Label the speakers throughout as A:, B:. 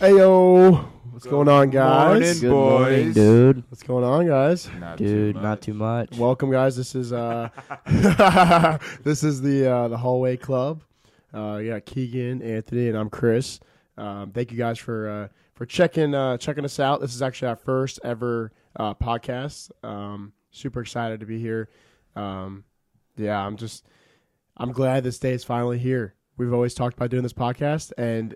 A: Ayo, what's going on, guys?
B: Morning,
C: Good morning,
B: boys.
C: dude.
A: What's going on, guys?
B: Not
C: Dude, not too much.
A: Welcome, guys. This is uh, this is the uh, the hallway club. Uh, yeah, Keegan, Anthony, and I'm Chris. Um, thank you guys for uh, for checking uh, checking us out. This is actually our first ever uh, podcast. Um, super excited to be here. Um, yeah, I'm just I'm glad this day is finally here. We've always talked about doing this podcast, and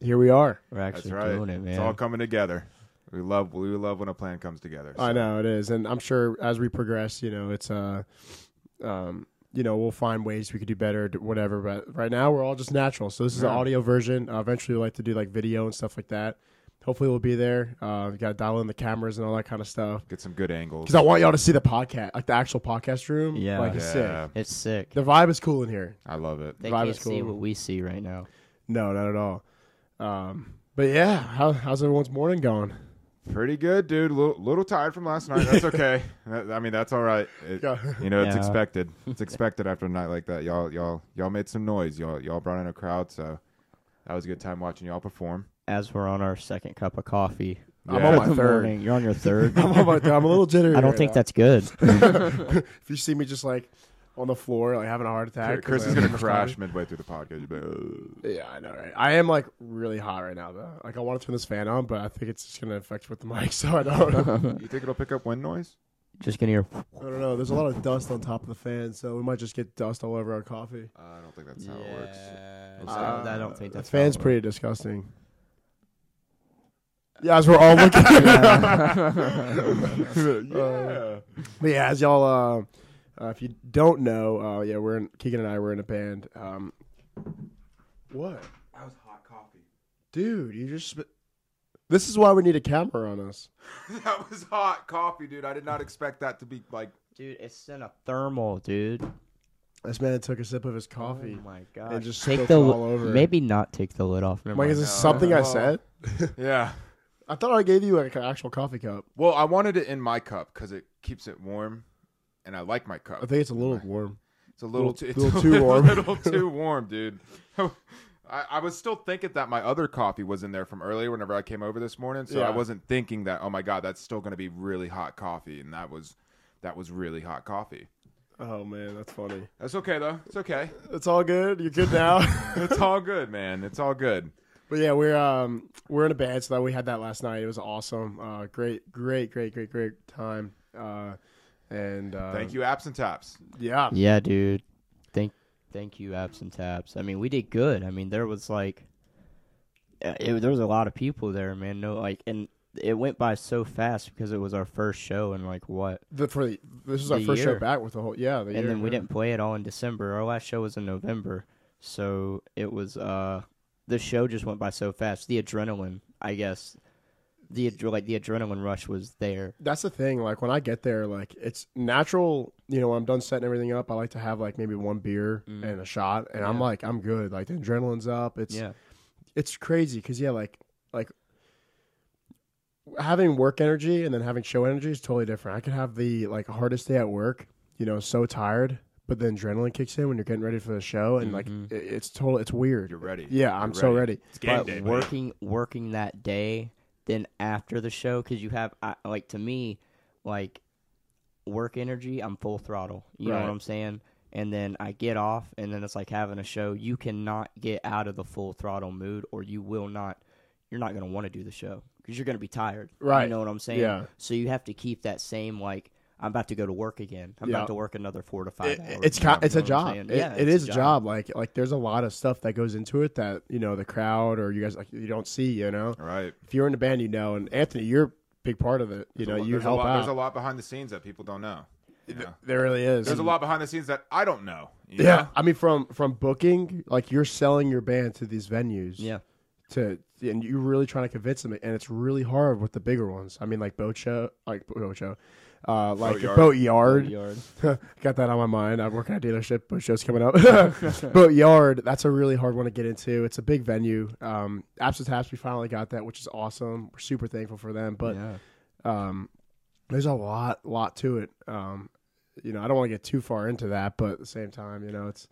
A: here we are.
C: We're
B: That's
C: actually
B: right.
C: doing it, man.
B: It's all coming together. We love we love when a plan comes together.
A: I
B: so.
A: know it is, and I'm sure as we progress, you know, it's uh, um, you know, we'll find ways we could do better, d- whatever. But right now, we're all just natural. So this is an
B: Yeah.
A: audio version. Uh, eventually, we like to do like video and stuff like that. Hopefully, we'll be there. Uh, we got to dial in the cameras and all that kind of stuff
B: Get some good angles.
A: because I want y'all to see the podcast, like the actual podcast room.
C: Yeah.
A: like it's
B: yeah,
A: sick.
C: It's sick.
A: The vibe is cool in here.
B: I love it.
C: They
A: vibe
C: can't
A: is
C: see
A: cool.
C: what we see right now.
A: No, not at all. Um, but yeah, how, how's everyone's morning going?
B: Pretty good, dude. Little, little tired from last night. That's okay. That- I mean, that's all right. It-
A: Yeah.
B: You know, it's
C: Yeah.
B: expected. It's expected after a night like that. Y'all, y'all, y'all made some noise. Y'all, y'all brought in a crowd, so that was a good time watching y'all perform.
C: As we're on our second cup of coffee.
A: I'm
B: Yeah.
A: on
C: Good
A: my third.
C: morning. You're on your third.
A: I'm, on my third. I'm a little jittery.
C: I don't
A: right
C: think
A: now.
C: that's good.
A: if you see me just like on the floor, like having a heart attack,
B: Chris
A: like,
B: is gonna
A: I'm
B: crash midway through the podcast. You'll be like, "Ugh."
A: starving. Yeah, I know, right? I am like really hot right now, though. Like, I want to turn this fan on, but I think it's just gonna affect with the mic, so I don't. know.
B: You think it'll pick up wind noise?
C: Just gonna hear.
A: I don't know. There's a lot of dust on top of the fan, so we might just get dust all over our coffee.
B: Uh, I don't think that's how it works.
C: Yeah,
B: That's
C: I
B: how-
C: don't- I don't think
A: the
C: that's how
A: Uh, fan's
C: it
A: pretty disgusting. Yeah, as we're all looking.
B: yeah.
A: Uh, But yeah, as y'all, uh, uh, if you don't know, uh, yeah, we're in, Keegan and I were in a band. Um, what? That was hot coffee. Dude, you just. Sp- this is why we need a camera on us.
B: that was hot coffee, dude. I did not expect that to be like.
C: Dude, it's in a thermal, dude.
A: This man took a sip of his coffee.
C: Oh my god.
A: just
C: take
A: spilled
C: the
A: it all over.
C: maybe not take the lid off. Never
A: Mike,
C: mind.
A: is this
B: No,
A: something
B: no.
A: I said?
B: Yeah.
A: I thought I gave you like an actual coffee cup.
B: Well, I wanted it in my cup because it keeps it warm, and I like my cup.
A: I think it's a little warm.
B: it's a little, too, it's
A: little
B: a
A: too
B: little-
A: warm.
B: little too warm, dude. I, I was still thinking that my other coffee was in there from earlier whenever I came over this morning, so
A: Yeah.
B: I wasn't thinking that. Oh my god, that's still going to be really hot coffee, and that was that was really hot coffee.
A: Oh man, that's funny.
B: That's okay though. It's okay.
A: It's all good. You're good now.
B: It's all good, man. It's all good.
A: But yeah, we're um we're in a band, so that we had that last night. It was awesome. Uh, great, great, great, great, great time. Uh, and uh,
B: Thank you, Absent Taps.
A: Yeah,
C: Yeah, dude. Thank thank you, apps and tabs. I mean, we did good. I mean, there was like, uh, it, there was a lot of people there, man. No, like, and it went by so fast because it was our first show, and like what?
A: the, for the, this is our
C: The
A: first show
C: year.
A: back with the whole yeah. The
C: and
A: year,
C: then we
A: yeah.
C: didn't play it all in December. Our last show was in November, so it was uh, the show just went by so fast. The adrenaline, I guess, the ad- like the adrenaline rush was there.
A: That's the thing. Like when I get there, like it's natural. You know, when I'm done setting everything up, I like to have like maybe one beer
B: Mm.
A: and a shot, and I'm
C: Yeah.
A: like I'm good. Like the adrenaline's up. It's
C: Yeah,
A: it's crazy because yeah, like like having work energy and then having show energy is totally different. I could have the like hardest day at work, you know, so tired, but then adrenaline kicks in when you're getting ready for the show, and
C: Mm-hmm.
A: like it, it's total, it's weird.
B: You're ready.
A: yeah, I'm so ready.
B: It's game
C: but
B: day. buddy.
C: working working that day then after the show because you have I, like to me like work energy i'm full throttle you know
A: Right.
C: what i'm saying and then i get off and then it's like having a show you cannot get out of the full throttle mood or you will not you're not going to want to do the show because you're going to be tired
A: Right.
C: you know what i'm saying
A: Yeah.
C: so you have to keep that same like i'm about to go to work again i'm
A: Yeah.
C: about to work another four to five
A: It-
C: hours
A: it's
C: you know
A: ki- it's a
C: what I'm
A: job.
C: saying?
A: It-
C: yeah
A: it
C: it's
A: is a job. Like like there's a lot of stuff that goes into it that you know the crowd or you guys like you don't see. You know,
B: All right.
A: if you're in a band, you know. And Anthony, you're a big part of it. You know,
B: Well,
A: you
B: there's
A: help
B: a lot,
A: out.
B: There's a lot behind the scenes that people don't know. you know?
A: there really is.
B: There's a lot behind the scenes that I don't know. you
A: Yeah,
B: know?
A: I mean from from booking, like you're selling your band to these venues.
C: yeah
A: to and you're really trying to convince them and it's really hard with the bigger ones i mean like boat show like boat show uh like boat yard,
B: Yard.
C: Yard.
A: got that on my mind i'm working at a dealership boat show's coming up boat yard that's a really hard one to get into it's a big venue um absent taps we finally got that which is awesome we're super thankful for them but
C: yeah
A: um there's a lot lot to it um you know i don't want to get too far into that but at the same time you know it's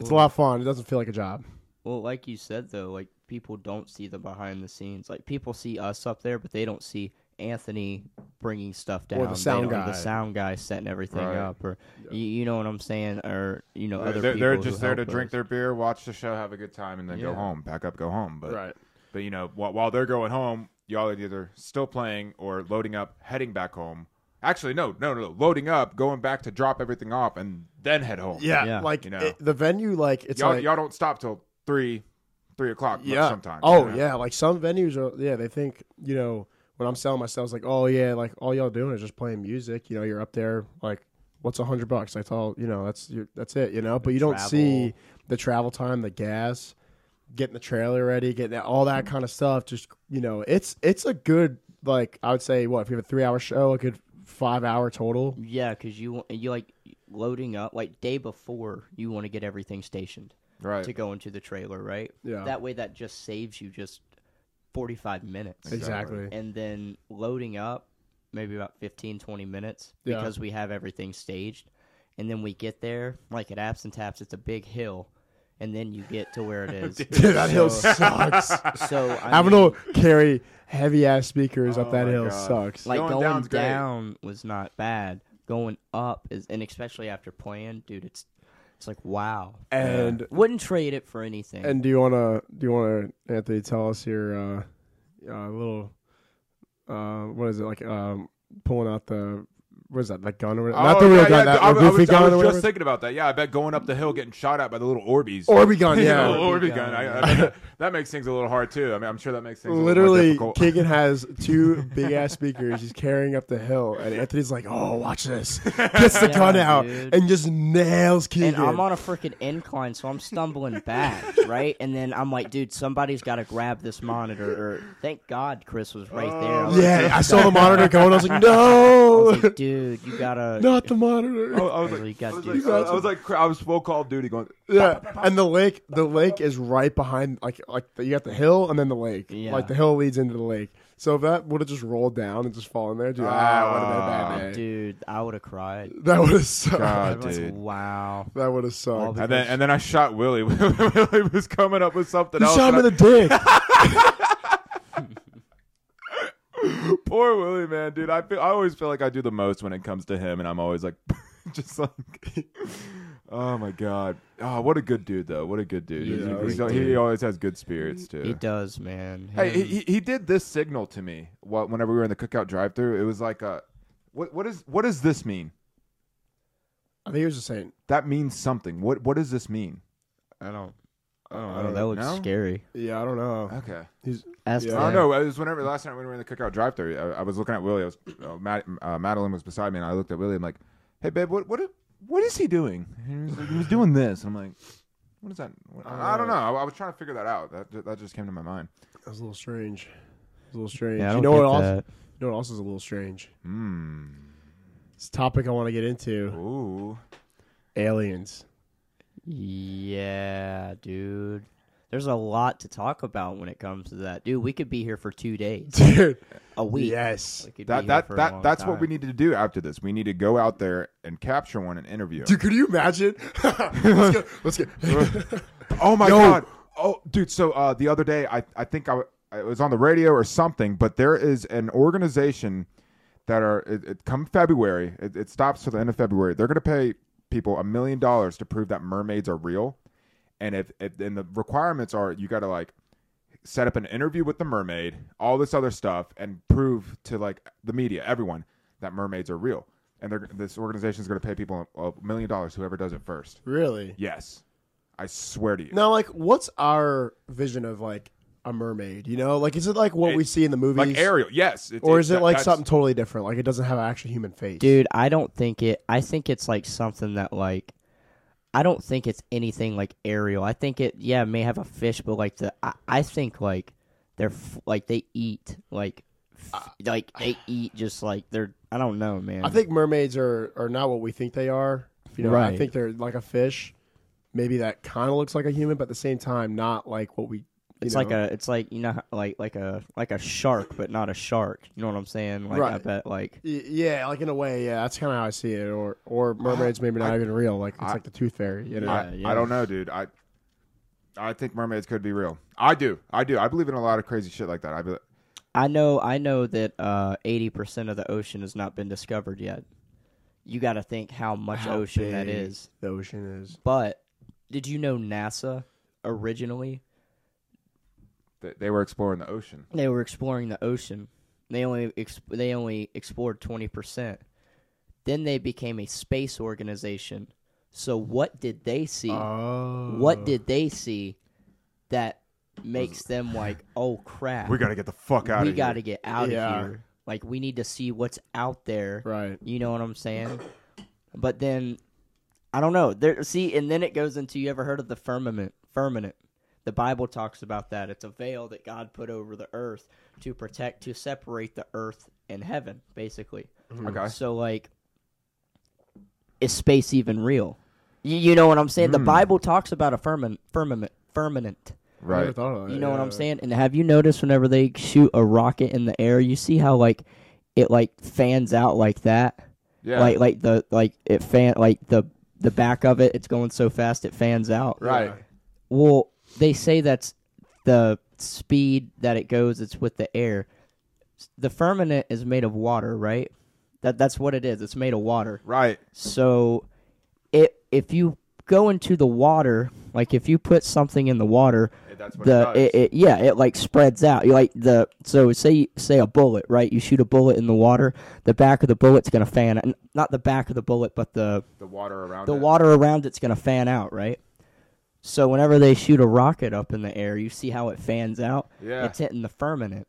A: it's a lot of fun it doesn't feel like a job
C: Well, like you said though, like people don't see the behind the scenes. Like people see us up there, but they don't see Anthony bringing stuff down.
A: Or the
C: They
A: sound
C: don't-
A: guy.
C: the sound guy setting everything
B: Right.
C: up, or you, you know what I'm saying, or you know other
B: they're,
C: people.
B: they're
C: who
B: just there to
C: help
B: drink
C: us.
B: their beer, watch the show, have a good time, and then go
C: Yeah.
B: home. Pack up, go home. But
A: Right.
B: but you know while, while they're going home, y'all are either still playing or loading up, heading back home. Actually, no, no, no, loading up, going back to drop everything off, and then head home.
A: Yeah,
C: Yeah.
A: like
B: You know.
A: it- the venue, like it's
B: y'all
A: like
B: y'all don't stop till three three o'clock.
A: yeah.
B: sometimes.
A: Oh
B: you know?
A: yeah, like some venues are. Yeah, they think you know when I'm selling myself, it's like oh yeah, like all y'all doing is just playing music. You know, you're up there like what's a hundred bucks? That's all. You know, that's your, that's it. You know, but you don't
C: travel.
A: see the travel time, the gas, getting the trailer ready, getting that, all that kind of stuff. Just you know, it's it's a good like I would say what if you have a three hour show, a good five hour total.
C: Yeah, because you you like loading up like day before you want to get everything stationed
B: right.
C: to go into the trailer, right?
A: Yeah.
C: That way, that just saves you just forty five minutes,
A: Exactly.
C: and then loading up maybe about 15, 20 minutes
A: Yeah.
C: because we have everything staged, and then we get there like at Apps and Taps, it's a big hill, and then you get to where it is.
A: Dude, that hill
C: So-
A: sucks.
C: So I
A: Having
C: mean,
A: to carry heavy ass speakers
B: Oh
A: up that
B: my
A: hill
B: God.
A: sucks.
C: like
B: Going
C: going,
B: down's great.
C: down was not bad. Going up is, and especially after playing, dude, it's it's like wow.
A: And
C: Wouldn't trade it for anything.
A: and do you wanna do you wanna Anthony tell us your uh, uh little uh what is it like um pulling out the what is that the gun or whatever? not
B: Oh,
A: the real
B: yeah,
A: gun
B: yeah,
A: that
B: I,
A: or
B: was- I
A: goofy
B: was, I
A: gun
B: was
A: or
B: just
A: whatever
B: thinking about that. Yeah, I bet going up the hill, getting shot at by the little Orbeez.
A: Orby gun yeah
B: Yeah, Orby
C: Orbeez
B: gun.
C: gun.
B: I, I bet that, that makes things a little hard too. I mean, I'm sure that makes things
A: Literally,
B: A little more difficult.
A: Keegan has two big ass speakers. He's carrying up the hill, and Anthony's like, "Oh, watch this!" Gets the
C: Yeah,
A: gun out
C: dude.
A: and just nails Keegan.
C: and I'm on a freaking incline, so I'm stumbling back, right? And then I'm like, dude, somebody's got to grab this monitor. Or thank God Chris was right there.
B: Oh,
C: I was like,
A: yeah, I saw the monitor going. I was like, "No,
C: dude, dude, you gotta.
A: not the monitor."
B: I, I was
C: That's what
B: like,
C: you gotta
B: I was like, I-
C: do.
B: I was like, crap, I was full Call of Duty going.
A: Yeah, and the lake, the lake is right behind, like, like you got the hill and then the lake.
C: Yeah.
A: Like the hill leads into the lake. So if that would have just rolled down and just fallen there, dude, ah, would have been a bad day.
C: Oh, Dude, I would have cried.
A: That would have sucked.
B: God.
C: Everyone's like,
B: Oh, "Ah, dude.
C: wow.
A: That would have
C: All
A: sucked.
C: the-
B: And then, and then I shot Willie. Willie was coming up with something
A: You
B: else.
A: shot him
B: and
A: in the dick.
B: I- poor Willie, man, dude. I feel, I always feel like I do the most when it comes to him, and I'm always like, just like, oh my god, oh what a good dude though. What a good dude.
C: He's
A: a
B: He's-
C: great
B: he
C: dude.
B: always has good spirits too.
C: He does, man.
B: Hey,
C: Him-
B: he, he- he did this signal to me wh- whenever we were in the cookout drive-through. It was like a, what what is what does this mean?
A: I think he was just saying,
B: That means something. What what does this mean?
C: I don't. I
B: I
C: don't
B: don't
C: know. That looks
B: know.
C: scary.
A: uh, yeah, I don't know.
B: Okay,
A: He's
C: Ask
A: Yeah.
B: I
C: them.
B: don't know. It was whenever last night when we were in the cookout drive-through. I, I was looking at Willie. I was uh, Mad, uh, Madeline was beside me, and I looked at Willie. I'm like, hey babe, what what what is he doing? And he was, like, he was doing this. And I'm like, what is that? What- I, I don't know. I, I was trying to figure that out. That ju- that just came to my mind.
A: that was a little strange. It was a little strange.
C: Yeah, I
A: you
C: don't
A: know
C: get
A: what else?
C: that.
A: You know what else is a little strange?
B: Hmm.
A: It's a topic I want to get into:
B: Ooh.
A: aliens.
C: Yeah, dude. There's a lot to talk about when it comes to that, dude. We could be here for two days,
A: Dude,
C: a week.
A: yes.
C: We could be
B: That
C: here
B: that
C: for a
B: that
C: long
B: that's what we
C: time.
B: need to do after this. We need to go out there and capture one and interview. 'em.
A: Dude, could you imagine? let's get, let's get.
B: Oh my
A: Yo.
B: god. Oh, dude. So uh, the other day, I I think I, w- I was on the radio or something, but there is an organization that are it, it come February. It, it stops to the end of February. They're gonna pay people a million dollars to prove that mermaids are real, and if, if and the requirements are you gotta like set up an interview with the mermaid, all this other stuff, and prove to like the media, everyone, that mermaids are real. And they're, this organization is going to pay people a a million dollars. Whoever does it first.
A: really?
B: Yes, I swear to you.
A: Now, like, what's our vision of like a mermaid? You know, like, is it like what
B: It-
A: we see in the movies,
B: like Ariel. Yes,
A: or is it
B: that-
A: like
B: that's-
A: something totally different? Like, it doesn't have an actual human face,
C: dude. I don't think it. I think it's like something that like. I don't think it's anything like Ariel. I think it, yeah, it may have a fish, but like the, I, I think like they're f- like they eat like, f- like they eat just like they're. I don't know, man.
A: I think mermaids are are not what we think they are. You know, I
C: Right.
A: think they're like a fish. Maybe that kind of looks like a human, but at the same time, not like what we. you
C: It's like
A: know?
C: a, it's like you know, how- like like a like a shark, but not a shark. You know what I'm saying? Like I
A: Right.
C: bet, like
A: Y- Yeah, like in a way, yeah, that's kind of how I see it. Or, or mermaids, maybe not even real. Like it's
B: I-
A: like the tooth fairy, you know.
B: I,
C: Yeah,
B: I
C: yeah.
B: don't know, dude. I I think mermaids could be real. I do. I do. I believe in a lot of crazy shit like that. I be,
C: I know I know that uh, 80% of the ocean has not been discovered yet. You got to think how much
A: How
C: ocean that
A: big
C: is.
A: The ocean is.
C: But did you know NASA originally
B: they- they were exploring the ocean.
C: they were exploring the ocean. They only ex- they only explored 20%. Then they became a space organization. So what did they see?
A: Oh.
C: what did they see that makes them like, "Oh crap.
B: We got to get the fuck out
C: we
B: of
C: got
B: here.
C: to get out
A: Yeah.
C: of here. Like we need to see what's out there.
A: Right.
C: You know what I'm saying? But then I don't know. There see and then it goes into you ever heard of the firmament? Firmament. The Bible talks about that. It's a veil that God put over the earth to protect to separate the earth and heaven basically.
B: Okay.
C: So like is space even real? You, you know what I'm saying? The Bible talks about a firmament firmament firmament.
A: I never
B: Right.
A: thought of that.
C: You know what
A: Yeah.
C: I'm saying? And have you noticed whenever they shoot a rocket in the air, you see how like it like fans out like that?
B: Yeah.
C: Like like the like it fan like the the back of it, it's going so fast it fans out.
B: right.
C: Well, they say that's the speed that it goes, it's with the air. The firmament is made of water, right? That that's what it is. It's made of water.
B: Right.
C: So it if you go into the water, like if you put something in the water,
B: Yeah, that's what
C: the
B: it does.
C: it, it, yeah, it like spreads out. You like the so say say a bullet, right? You shoot a bullet in the water, the back of the bullet's gonna fan, n- not the back of the bullet, but the
B: the water around
C: the
B: it.
C: water around it's gonna fan out, right? So whenever they shoot a rocket up in the air, you see how it fans out.
B: Yeah.
C: it's hitting the firmament,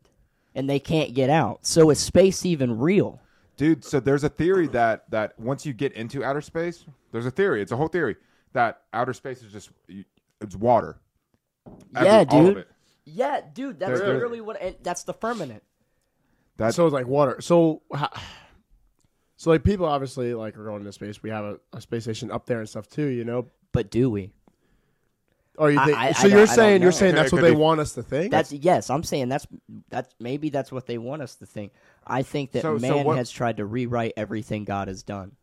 C: and they can't get out. So is space even real?
B: dude so there's a theory that that once you get into outer space there's a theory it's a whole theory that outer space is just you- it's water Every-
C: yeah,
B: all of
C: dude.
B: it.
C: Yeah, dude. That's
B: There- there-
C: literally what. And that's the firmament.
B: that
A: So it's like water. So, ho- so like people obviously like are going into space. We have a, a space station up there and stuff too. You know.
C: But do we?
A: Or you
C: I-
A: think?
C: I-
A: so
C: I
A: you're
C: don't- I
A: saying
C: don't
A: you're
C: know.
A: saying
B: It
A: that's
B: could
A: what they
B: be-
A: want us to think?
C: That's yes. I'm saying that's that's maybe that's what they want us to think. I think that
B: So- so
C: man
B: what-
C: has tried to rewrite everything God has done.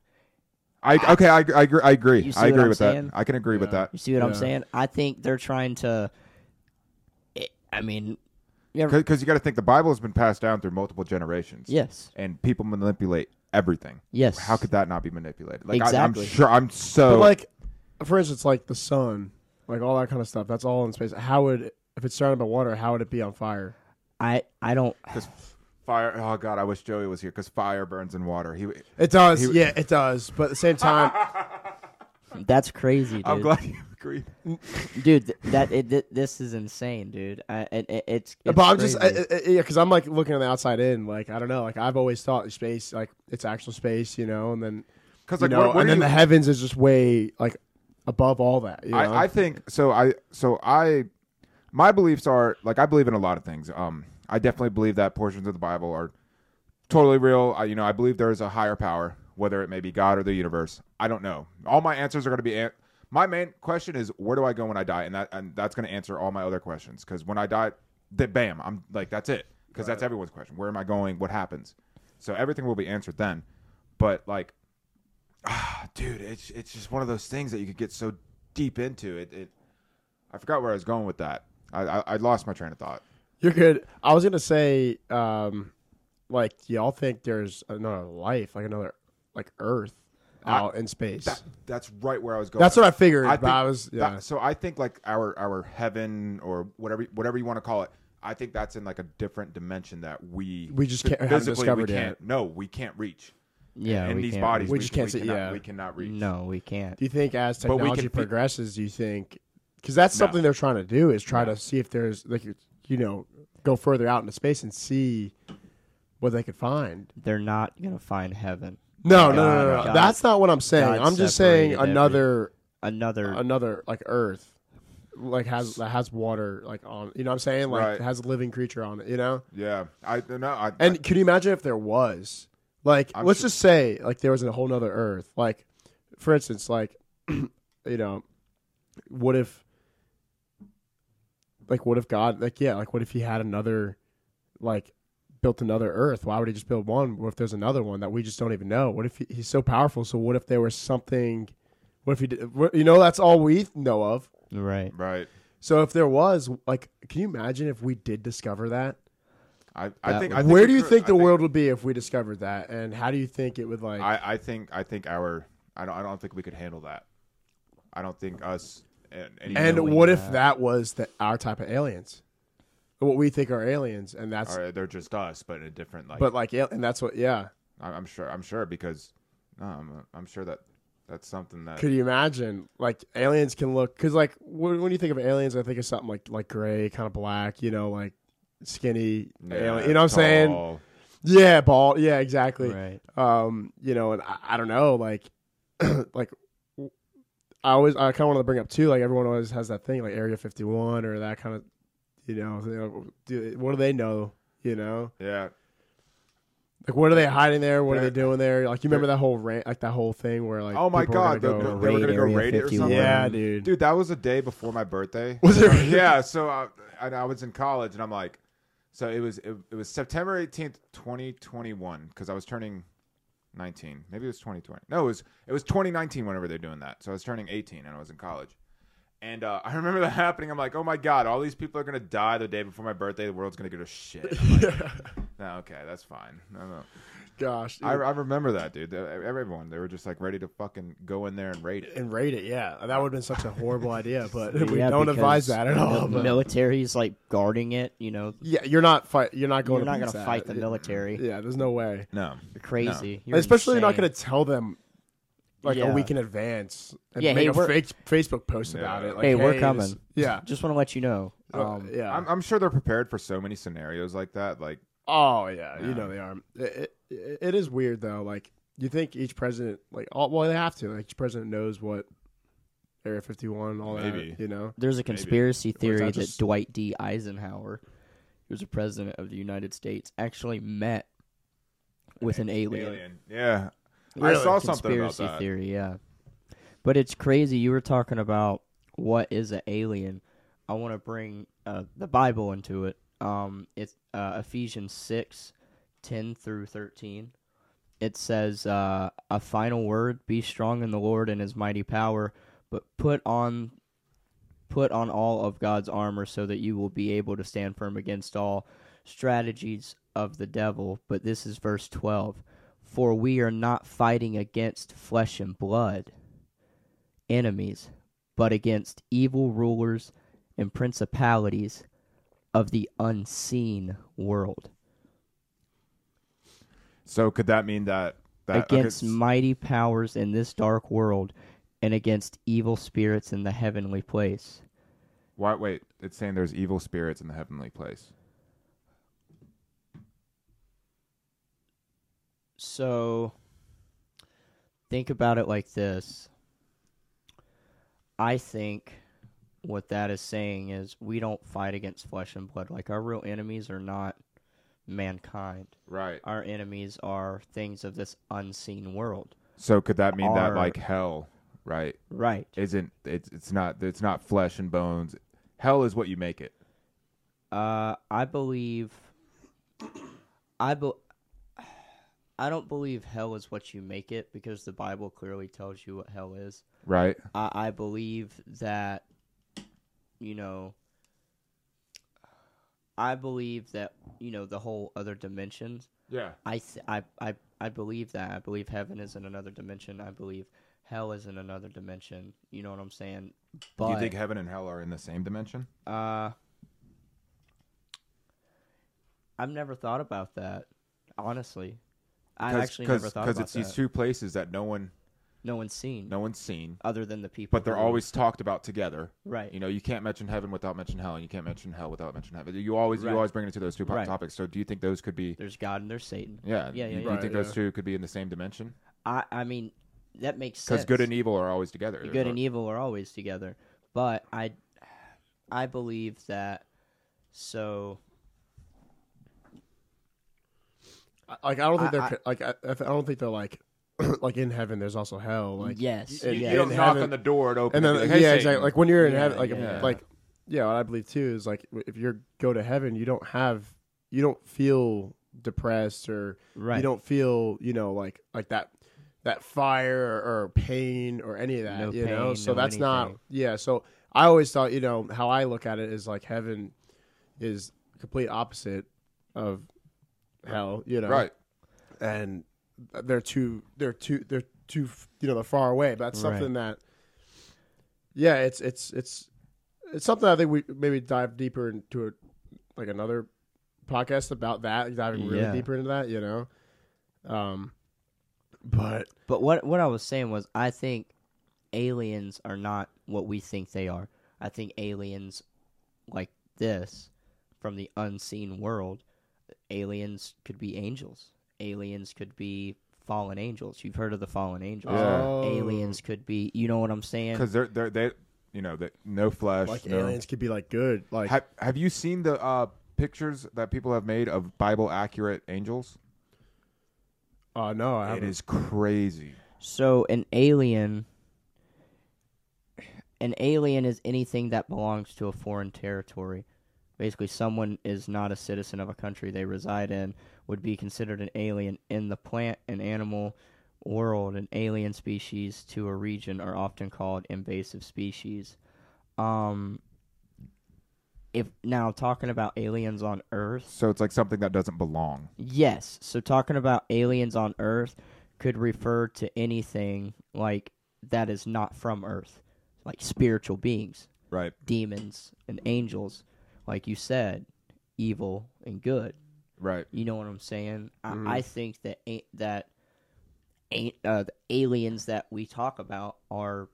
B: i okay i, I agree i agree
C: You see
B: i
C: what
B: agree
C: I'm
B: with
C: saying?
B: that i can agree with that
C: You see what I'm
A: Yeah.
C: saying? I think they're trying to. I- I mean, you ever-
B: because you got to think the bible has been passed down through multiple generations
C: yes,
B: and people manipulate everything
C: yes.
B: how could that not be manipulated like I, i'm
C: Exactly.
B: sure i'm so
A: But like, for instance, like the sun, like all that kind of stuff. That's all in space. How would if it's surrounded by water? How would it be on fire?
C: I? I don't.
B: because fire oh god i wish joey was here because fire burns in water he
A: It does. yeah, it does. But at the same time,
C: That's crazy, dude.
B: i'm glad you agree
C: Dude, th- that it, th- this is insane, dude. I, it, it, it's, it's.
A: but I'm just I,
C: crazy.
A: I, I- yeah, because I'm like looking on the outside in. Like I don't know. Like I've always thought space, like it's actual space, you know. And then
B: because
A: you
B: like
A: know,
B: what, what
A: and
B: do
A: then
B: you,
A: the heavens is just way like above all that. You know?
B: I, I think so. I so I my beliefs are like I believe in a lot of things. Um, I definitely believe that portions of the Bible are totally real. I, you know, I believe there is a higher power, whether it may be God or the universe. I don't know. All my answers are going to be. An- my main question is where do I go when I die, and that and that's going to answer all my other questions. Because when I die, that bam, I'm like that's it. Because that's everyone's question. Where am I going? What happens? So everything will be answered then. But like dude it's it's just one of those things that you could get so deep into it, it i forgot where i was going with that I, I i lost my train of thought
A: You're good. I was gonna say, um, like y'all think there's another life, like another like Earth out in space.
B: that, that's right where i was going
A: That's what I figured.
B: I
A: but
B: think
A: I was yeah.
B: that- so i think like our our heaven or whatever whatever you want to call it i think that's in like a different dimension that we
A: We just
B: phy-
A: can't- haven't
B: physically
A: discovered
B: we
A: yet.
B: can't no we can't reach
C: yeah,
B: in
C: we
B: these
C: can't
B: bodies
A: We just can't see-
B: cannot,
A: yeah.
B: we cannot reach
C: No, we can't.
A: do you think as
B: But we
A: technology
B: can fi-
A: progresses, do you think because that's something they're trying to do is try to see if there's like you- you know go further out into space and see what they could find.
C: They're not gonna find heaven.
A: No, no,
C: God,
A: no, no, no.
C: God-
A: that's not what I'm saying.
C: God
A: I'm just saying
C: separated
A: another
C: Another
A: another like Earth. Like has that has water like on you know what I'm saying like
B: Right.
A: has a living creature on it you know
B: yeah i no i
A: And could you imagine if there was? Like,
B: I'm
A: let's
B: sure-
A: just say, like, there was a whole nother Earth. Like, for instance, like, you know, what if, like, what if God, like, yeah, like, what if he had another, like, built another Earth? Why would he just build one? What if there's another one that we just don't even know? What if he, he's so powerful? So, what if there was something, what if he did, what- you know, that's all we know of.
C: right.
B: right
A: So if there was, like, can you imagine if we did discover that?
B: I, I
C: That
B: think.
C: would-
B: I think
A: Where
B: we
A: do you
B: could-
A: think
B: I
A: the world would be if we discovered that? And how do you think it would like?
B: I, I think. I think our. I don't. I don't think we could handle that. I don't think us. And, and,
A: and
C: knowing
A: what if
C: that.
A: that was the, our type of aliens, what we think are aliens, and that's
B: or they're just us, but in a different like.
A: but like al- and that's what yeah.
B: I- I'm sure. I'm sure because. No, I'm, I'm sure that that's something that.
A: Could you imagine like aliens can look because like when, when you think of aliens, I think of something like like gray, kind of black, you know, like skinny alien. You know what I'm saying?
B: tall.
A: Yeah, bald. Yeah, exactly.
C: Right.
A: um you know and i, I don't know like like w- i always i kind of want to bring up too like everyone always has that thing like area 51 or that kind of you know they don't- do- what do they know you know
B: Yeah.
A: like what are they hiding there what are they
B: They're-
A: doing there like you remember that whole rant like that whole thing where like
B: Oh my
A: people were
B: God,
A: gonna
B: the-
A: go-
B: the- They were gonna go
C: Area
B: raid it or
C: 51.
B: the-
A: yeah dude,
B: Dude, that was a day before my birthday.
A: Was it
B: So-
A: really?
B: Yeah. So I, and I was in college, and I'm like, so it was it, it was September 18th, 2021, because I was turning 19. Maybe it was 2020. No, it was it was 2019. Whenever they're doing that, so I was turning 18, and I was in college. And uh, I remember that happening. I'm like, oh my god, all these people are gonna die the day before my birthday. The world's gonna go to shit. I'm like, no, okay, that's fine. No, no.
A: gosh dude.
B: I, I remember that, dude. e, Everyone, they were just like ready to fucking go in there and raid it.
A: and raid it yeah that would have been such a horrible idea but we
C: Yeah,
A: don't advise
C: because
A: that at all
C: The
A: but-
C: military's like guarding it. You know,
A: yeah you're not fight you're not going
C: you're
A: to
C: not
A: police
C: gonna
A: that.
C: fight the military.
A: yeah there's no way
B: No,
C: You're crazy. You're
A: Especially you're not
C: insane.
A: going to tell them like
C: Yeah.
A: a week in advance and
C: Yeah,
A: make
C: hey,
A: a
C: we're-
A: fake Facebook post about
B: Yeah. Oh,
A: it. Like,
C: Hey, we're
A: this-
C: coming.
A: yeah,
C: Just want to let you know.
A: Uh,
C: Um,
A: yeah.
B: I'm, I'm sure they're prepared for so many scenarios like that. Like,
A: oh yeah, you
B: Yeah.
A: know they are. It, it, it is weird though. Like you think each president, like all, well they have to. Like each president knows what Area 51, all
B: Maybe.
A: that. You know,
C: There's a conspiracy theory that,
A: just-
C: Dwight D. Eisenhower, who was a president of the United States, actually met with an alien.
B: Yeah. I
A: Really?
B: saw something
C: conspiracy
B: about that.
C: theory, yeah. But it's crazy. You were talking about what is an alien. I want to bring uh, the Bible into it. Um, it's uh, Ephesians six, ten through thirteen. It says, uh, "A final word: Be strong in the Lord and His mighty power, but put on." Put on all of God's armor so that you will be able to stand firm against all strategies of the devil. But this is verse 12 for we are not fighting against flesh and blood enemies, but against evil rulers and principalities of the unseen world,
B: So could that mean that that okay,
C: against
B: s-
C: mighty powers in this dark world, and against evil spirits in the heavenly place.
B: why? Wait, it's saying there's evil spirits in the heavenly place.
C: So think about it like this. I think what that is saying is we don't fight against flesh and blood. Like our real enemies are not mankind.
B: Right.
C: Our enemies are things of this unseen world.
B: So could that mean that
C: Are-
B: like hell, right,
C: Right.
B: isn't it's it's not it's not flesh and bones. Hell is what you make it.
C: Uh I believe I be- I don't believe hell is what you make it because the Bible clearly tells you what hell is.
B: Right.
C: I, I believe that, you know, I believe that you know the whole other dimensions.
B: Yeah.
C: I th- I I I believe that. I believe heaven is in another dimension. I believe hell is in another dimension. You know what I'm saying? But
B: Do you think heaven and hell are in the same dimension?
C: uh, I've never thought about that. Honestly, I actually never thought about
B: it's
C: that.
B: these two places that no one
C: no one's seen
B: no one's seen,
C: other than the people.
B: but they're
C: who-
B: always talked about together.
C: Mm-hmm. right.
B: You know, you can't mention heaven without mentioning hell, and you can't mention hell without mentioning heaven. You always
C: Right.
B: you always bring it to those two po-
C: Right.
B: topics. So, do you think those could be?
C: There's God and there's Satan.
B: Yeah,
C: Yeah, yeah,
B: You,
C: yeah.
B: you
A: Right,
B: think
A: yeah.
B: those two could be in the same dimension?
C: I I mean that makes sense
B: Because good and evil are always together.
C: good and evil are always together. But I I believe that so
A: I- like I don't think
C: I-
A: they're
C: I-
A: co- like I, I don't think they're like like in heaven. There's also hell. Like
C: yes
A: You-
B: You,
A: you
C: yeah.
A: Yeah. don't
B: don't
A: And
B: knock
A: knock heaven-
B: on
A: on
B: the door and open.
A: and then like, yeah, exactly. Like when you're in
C: Yeah,
A: heaven, like if,
B: yeah.
A: like yeah, what I believe too is like if you go to heaven, you don't have you don't feel depressed or
C: right
A: you don't feel you know like like that that fire or, or pain or any of that
C: No
A: you know
C: pain,
A: so
C: no
A: that's not
C: anything.
A: yeah so I always thought, you know, how I look at it is like heaven is complete opposite of hell, you know.
B: Right.
A: And they're too they're too they're too you know, they're far away, but that's
C: Right.
A: something that yeah, it's it's it's it's something I think we maybe dive deeper into it like another podcast about that, diving really
C: Yeah.
A: deeper into that, you know. Um but
C: But what what I was saying was I think aliens are not what we think they are. I think aliens like this from the unseen world, aliens could be angels. Aliens could be fallen angels. You've heard of the fallen angels.
B: Yeah.
A: Oh.
C: Aliens could be, you know what I'm saying?
B: because they're they're they you know that no flesh.
A: like
B: no.
A: aliens could be like good, like
B: Have Have you seen the uh, pictures that people have made of Bible accurate angels?
A: oh no, I
B: It
A: haven't.
B: is crazy.
C: So an alien an alien is anything that belongs to a foreign territory. Basically someone is not a citizen of a country they reside in would be considered an alien in the plant and animal world. An alien species to a region are often called invasive species. Um if now talking about aliens on earth
B: So it's like something that doesn't belong.
C: Yes. So talking about aliens on Earth could refer to anything like that is not from Earth, like spiritual beings,
B: Right.
C: demons, and angels, like you said, evil and good.
B: Right.
C: You know what I'm saying?
A: Mhm.
B: Mm-hmm.
C: I, I think that a- that a- uh, the aliens that we talk about are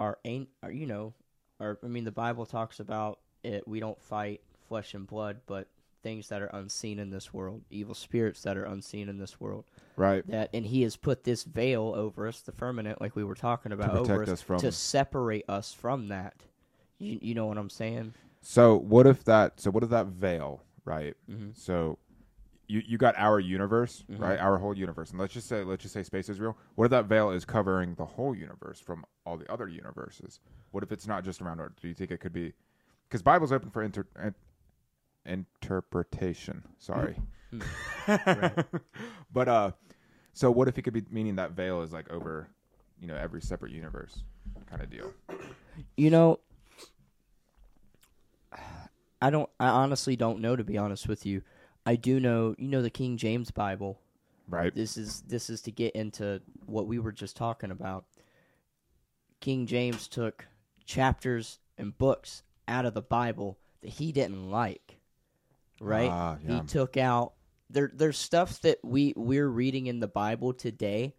C: are, an- are you know are I mean the Bible talks about it. We don't fight flesh and blood, but things that are unseen in this world, evil spirits that are unseen in this world.
B: Right.
C: That and He has put this veil over us, the firmament, like we were talking about, over
B: protect
C: us,
B: us from-
C: to separate us from that. You you know what I'm saying?
B: So what if that? So what if that veil? Right.
C: Mhm.
B: So you you got our universe,
C: Mhm.
B: right? Our whole universe, and let's just say let's just say space is real. What if that veil is covering the whole universe from all the other universes? What if it's not just around Earth? Do you think it could be? Because Bible's open for inter, in- interpretation. Sorry, but uh, so what if it could be meaning that veil is like over, you know, every separate universe kind of deal?
C: You know, I don't. I honestly don't know. To be honest with you, I do know. You know the King James Bible.
B: Right.
C: This is this is to get into what we were just talking about. King James took chapters and books out of the Bible that he didn't like. Right?
B: Ah,
C: He
B: yeah.
C: took out there there's stuff that we we're reading in the Bible today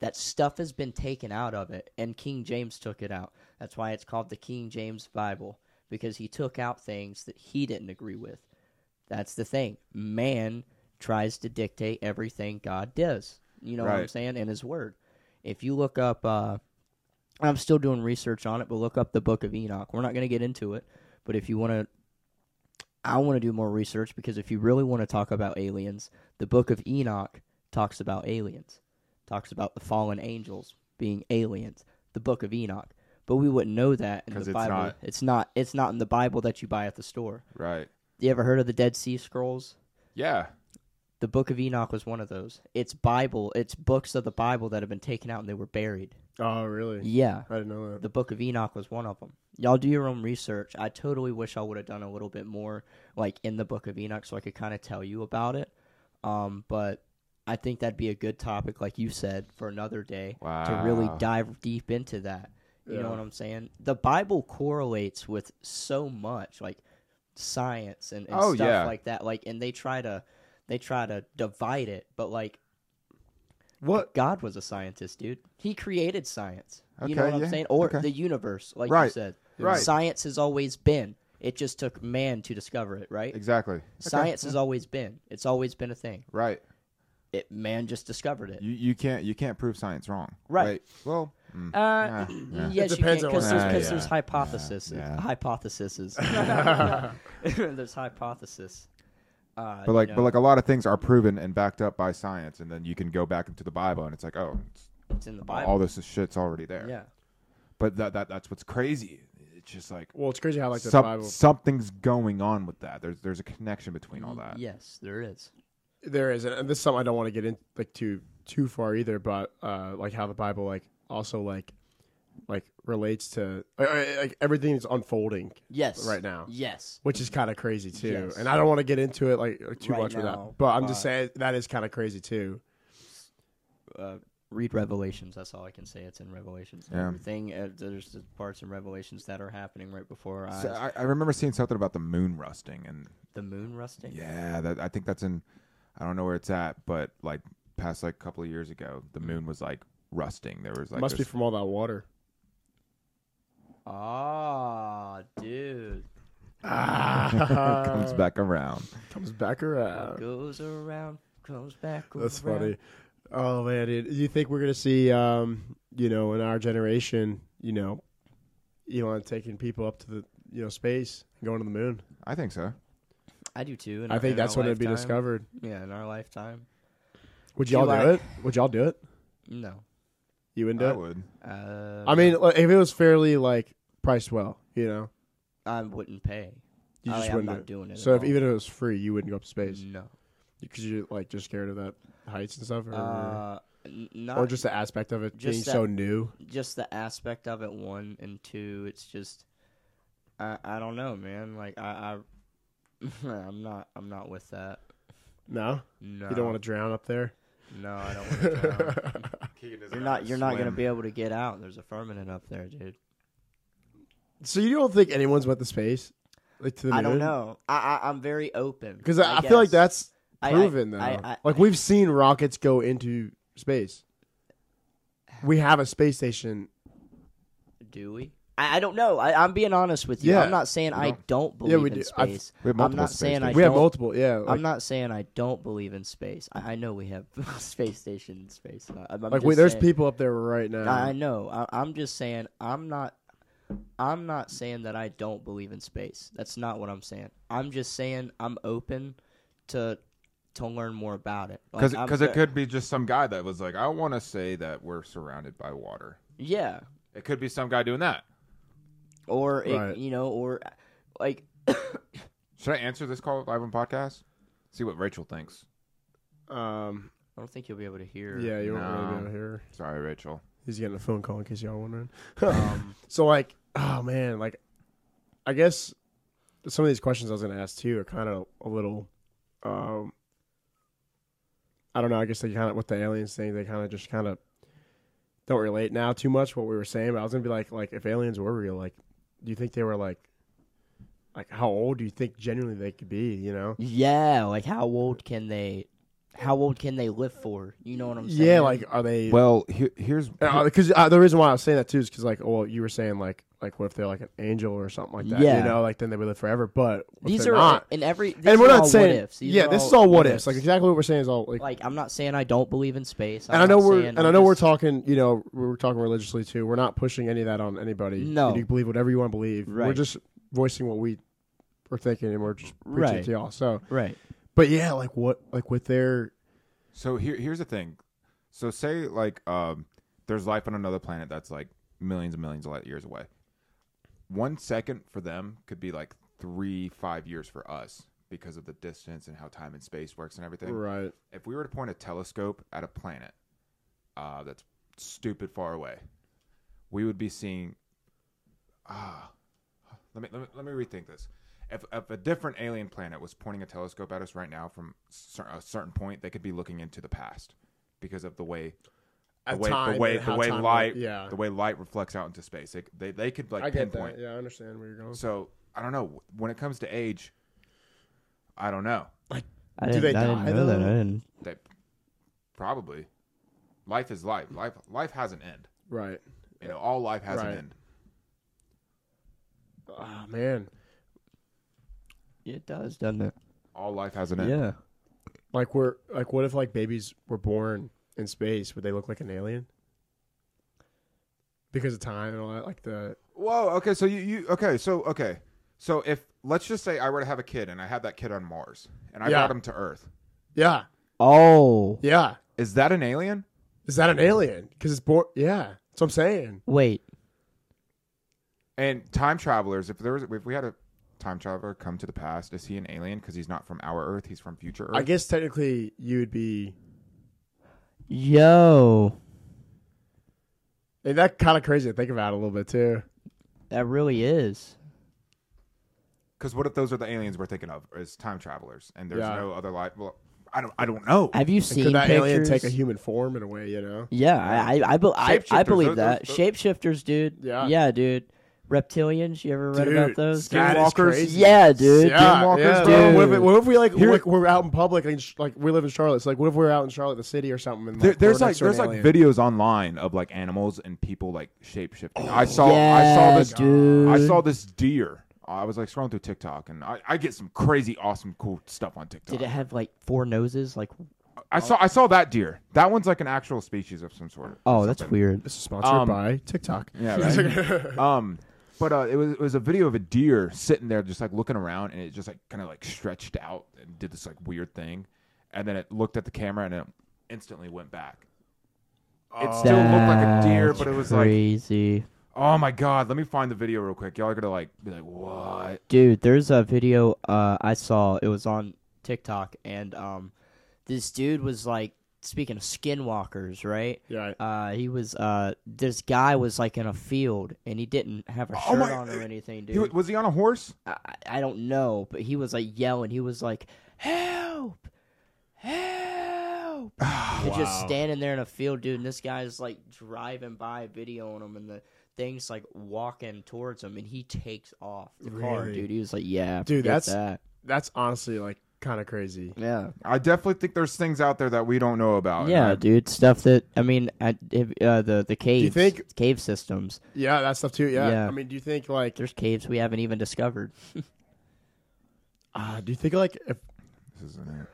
C: that stuff has been taken out of it and King James took it out. That's why it's called the King James Bible because he took out things that he didn't agree with. That's the thing. Man tries to dictate everything God does. You know what I'm
B: Right.
C: saying? In his word. If you look up uh I'm still doing research on it, but look up the book of Enoch. We're not going to get into it, but if you want to I want to do more research because if you really want to talk about aliens, the book of Enoch talks about aliens. Talks about the fallen angels being aliens. The book of Enoch. But we wouldn't know that in the
B: 'Cause it's
C: Bible.
B: not-
C: It's not it's not in the Bible that you buy at the store.
B: Right.
C: You ever heard of the Dead Sea Scrolls?
B: Yeah.
C: The Book of Enoch was one of those. It's Bible. It's books of the Bible that have been taken out and they were buried.
A: Oh, really?
C: Yeah,
A: I didn't know that.
C: the Book of Enoch was one of them. Y'all do your own research. I totally wish I would have done a little bit more, like in the Book of Enoch, so I could kind of tell you about it. Um, but I think that'd be a good topic, like you said, for another day
B: Wow.
C: to really
B: Ah.
C: dive deep into that. You
A: Yeah.
C: know what I'm saying? The Bible correlates with so much, like science and, and
B: Oh,
C: stuff
B: yeah.
C: like that. Like, and they try to they try to divide it, but like
A: What?
C: God was a scientist, dude. He created science. you
B: Okay,
C: know what
B: yeah,
C: I'm saying? Or
B: okay.
C: the universe, like you
B: Right,
C: said.
B: right.
C: Science has always been. It just took man to discover it, right?
B: Exactly.
C: Science has always been. It's always been a thing.
B: Right.
C: It man just discovered it.
B: You you can't you can't prove science wrong.
C: Right.
B: Wait, well,
C: Uh,
B: yeah.
C: yes,
A: It depends
C: you
A: on
C: because
A: what-
C: there's,
B: Yeah,
C: 'cause
B: yeah,
C: there's
B: yeah,
C: hypothesis,
B: yeah.
C: hypotheses. there's hypothesis. Uh,
B: but like
C: you
B: but
C: know,
B: like a lot of things are proven and backed up by science, and then you can go back into the Bible, and it's like oh, it's,
C: it's in the Bible.
B: all this shit's already there.
C: yeah,
B: But that, that that's what's crazy. It's just like,
A: Well, it's crazy how like the
B: some-
A: Bible
B: something's going on with that. There's there's a connection between all that.
C: yes, there is.
A: there is, and this is something I don't want to get in like too too far either, but uh, like how the Bible like also like like relates to like, like everything that's unfolding,
C: Yes.
A: Right now.
C: Yes.
A: which is kind of crazy too.
C: Yes.
A: And I don't want to get into it like uh, too
C: Right
A: much with
C: now,
A: that, but I'm just
C: but-
A: saying that is kind of crazy too.
C: Uh, read Revelations. That's all I can say. It's in Revelations.
B: Yeah.
C: Everything. Uh, there's the parts in Revelations that are happening right before our eyes.
B: So uh, I, I remember seeing something about the moon rusting, and
C: the moon rusting.
B: yeah, that, I think that's in. I don't know where it's at, but like past like a couple of years ago, the
C: Mm.
B: moon was like rusting. There was like
A: Must be
B: this-
A: from all that water.
C: Ah, dude.
A: Ah,
B: comes back around.
A: comes back around.
C: Goes around, comes back.
A: Uh, That's
C: around.
A: funny. Oh man, dude. do you think we're gonna see, um, you know, in our generation, you know, Elon taking people up to the, you know, space, and going to the moon?
B: I think so.
C: I do too. in
A: I
C: our-
A: think
C: in
A: that's
C: our
A: when it'd be
C: lifetime.
A: discovered.
C: Yeah, in our lifetime.
A: Would
C: Do
A: y'all
C: you
A: do
C: like-
A: it? Would y'all do it?
C: No.
A: You wouldn't do
B: I
A: it?
B: would.
C: Uh,
A: I mean, like, if it was fairly like priced well, you know,
C: I wouldn't pay.
A: you
C: I,
A: just
C: am
A: wouldn't.
C: Oh, not
A: do
C: doing it.
A: it. So
C: at
A: if
C: all. Mm-hmm.
A: even if it was free, you wouldn't go up to space
C: no,
A: because you're like just scared of that heights and stuff, or,
C: uh, n- not
A: or just the aspect of it
C: just
A: being
C: that-
A: so new.
C: just the aspect of it one and two it's just i i don't know man like i, I i'm not i'm not with that
A: No,
C: no
A: you don't want to drown up there.
C: to no i don't want to drown. you're not you're not gonna be able to get out there's a firmament up there dude
A: so you don't think anyone's went to space? Like to the
C: i don't
A: moon?
C: know i, I i'm very open
A: Because I, I, feel like
C: guess.
A: that's
C: I- I-
A: proven
C: I-
A: though.
C: I-
A: like we've seen rockets go into space. We have a space station.
C: do we I, I don't know. I, I'm being honest with you.
A: Yeah.
C: I'm not saying
B: We
C: I
B: don't-
C: don't believe
A: Yeah, we
C: in
A: do. I've-
C: space.
B: We have
C: I'm
B: multiple
C: not
B: space
C: saying I
A: we have
C: don't-
A: multiple. Yeah, like,
C: I'm not saying I don't believe in space. I, I know we have space station in space. I- I'm, I'm
A: like
C: just
A: we, there's
C: saying-
A: people up there right now.
C: I I know. I, I'm just saying. I'm not. I'm not saying that I don't believe in space. That's not what I'm saying. I'm just saying I'm open to to learn more about it. Like,
B: because
C: I'm
B: because it
C: ve-
B: could be just some guy that was like, I want to say that we're surrounded by water.
C: Yeah.
B: It could be some guy doing that.
C: Or it,
A: Right.
C: you know, or like
B: Should I answer this call live on podcast? See what Rachel thinks.
A: um,
C: I don't think you'll be able to hear.
A: yeah, you won't really
B: No.
A: be able to hear.
B: Sorry, Rachel.
A: He's getting a phone call in case y'all wondering.
C: Um,
A: So like, oh man, like, I guess some of these questions I was gonna ask too are kind of a little, um, I don't know. I guess they kind of with the aliens thing, they kind of just kind of don't relate now too much what we were saying. But I was gonna be like, like if aliens were real, like, do you think they were like, like how old do you think genuinely they could be? You know?
C: yeah. Like how old can they? How old can they live for? You know what I'm saying?
A: Yeah, like are they?
B: Well, he- here's
A: because uh, the reason why I was saying that too is because like, well, you were saying like, like what if they're like an angel or something like that?
C: Yeah.
A: You know, like then they would live forever. But what if
C: these
A: they're
C: are
A: not,
C: in every. These
A: and we're
C: are
A: not
C: all
A: saying
C: what ifs. These
A: yeah.
C: are
A: This
C: all
A: is all what ifs. Like exactly what we're saying is all like.
C: like I'm not saying I don't believe in space.
A: and I know we're and I know
C: we're
A: we're
C: talking.
A: talking. You know, we're talking religiously too. We're not pushing any of that on anybody.
C: No.
A: you can believe whatever you want to believe. We're
C: Right.
A: just voicing what we are thinking, and we're just preaching
C: Right.
A: it to y'all. So,
C: Right.
A: but yeah, like what, like with their
B: so here here's the thing. So say like um, there's life on another planet that's like millions and millions of light years away. One second for them could be like three five years for us because of the distance and how time and space works and everything.
A: right,
B: if we were to point a telescope at a planet uh, that's stupid far away, we would be seeing. Ah, let me let me let me rethink this. If, if a different alien planet was pointing a telescope at us right now from cer- a certain point, they could be looking into the past because of the way the
A: At
B: way
A: time
B: the way
A: and
B: the
A: how
B: way
A: time-
B: light
A: yeah.
B: the way light reflects out into space. They they, they could like
A: I get
B: pinpoint.
A: that. Yeah, I understand where you're going.
B: So I don't know when it comes to age. I don't know.
C: I
A: Do
C: didn't,
A: they
C: I didn't
A: die,
C: know that.
A: though?
C: I didn't.
B: That probably life is life. Life life has an end.
A: Right.
B: You know, all life has
A: Right.
B: an end.
A: Oh man.
C: It does, doesn't it?
B: All life has an end.
A: Like we're like what if like babies were born in space? Would they look like an alien? Because of time and all that, like the
B: Whoa. Okay. So you, you okay? So okay. So if let's just say I were to have a kid and I had that kid on Mars and I
A: Yeah.
B: brought him to Earth,
A: yeah,
C: Oh.
A: yeah.
B: is that an alien?
A: Is that an alien? Because it's born. Yeah, that's what I'm saying.
C: Wait.
B: And time travelers, if there was, if we had a time traveler come to the past, is he an alien? Because he's not from our Earth. He's from future Earth.
A: I guess technically you would be.
C: Yo.
A: And that kind of crazy to think about a little bit too.
C: That really is.
B: Because what if those are the aliens we're thinking of as time travelers, and there's
A: Yeah.
B: no other life? Well, I don't. I don't know.
C: Have you
A: And
C: seen
A: could that
C: pictures?
A: alien take a human form in a way? You know.
C: Yeah, I I I, be- I, I
B: Shapeshifters,
C: believe
B: those-
C: that
B: those-
C: shapeshifters, dude.
A: Yeah.
C: yeah, dude. Reptilians, you ever read about those?
B: skin-
A: that is
B: Skinwalkers?
A: crazy.
C: Yeah, dude.
A: Yeah,
B: Skinwalkers,
A: yeah.
C: bro.
A: What, if, what if we like,
B: Here-
A: like we're out in public and sh- like we live in Charlotte? So like, what if we're out in Charlotte, the city, or something? And,
B: There,
A: like, we're
B: there's like
A: next to an
B: there's like
A: alien?
B: videos online of like animals and people like shapeshifting. I saw I saw
C: yeah,
B: this
C: dude.
B: I saw this deer. I was like scrolling through TikTok and I, I get some crazy awesome cool stuff on TikTok.
C: Did it have like four noses? Like,
B: I saw I saw that deer. That one's like an actual species of some sort.
C: oh, that's weird.
A: This is sponsored
B: Um,
A: by TikTok.
B: Yeah. right? um, but uh, it was it was a video of a deer sitting there just like looking around, and it just like kind of like stretched out and did this like weird thing, and then it looked at the camera and it instantly went back. It still looked like a deer, but it was like,
C: crazy,
B: oh my god, let me find the video real quick. Y'all are gonna like be like, what?
C: dude. There's a video uh, I saw. It was on TikTok, and um, this dude was like speaking of skinwalkers, right?
A: Yeah.
C: Uh, he was uh, this guy was like in a field, and he didn't have a shirt
B: Oh my-
C: on or anything, dude.
B: He, wa- was he on a horse?
C: I, I don't know, but he was like yelling. He was like, "Help! Help!" And just standing there in a field, dude. And this guy's like driving by, videoing him, and the thing's like walking towards him, and he takes off the car,
A: Really?
C: dude. He was like, "Yeah,
A: Dude,
C: forget
A: that's-
C: that.
A: That's honestly like kind of crazy.
C: yeah,
B: I definitely think there's things out there that we don't know about.
C: yeah,
B: And
C: dude. Stuff that I mean, I, if, uh, the the caves,
A: think-
C: cave systems.
A: Yeah, that stuff too. Yeah.
C: Yeah.
A: I mean, do you think like
C: There's caves we haven't even discovered.
A: uh, do you think like if
B: I- this isn't it.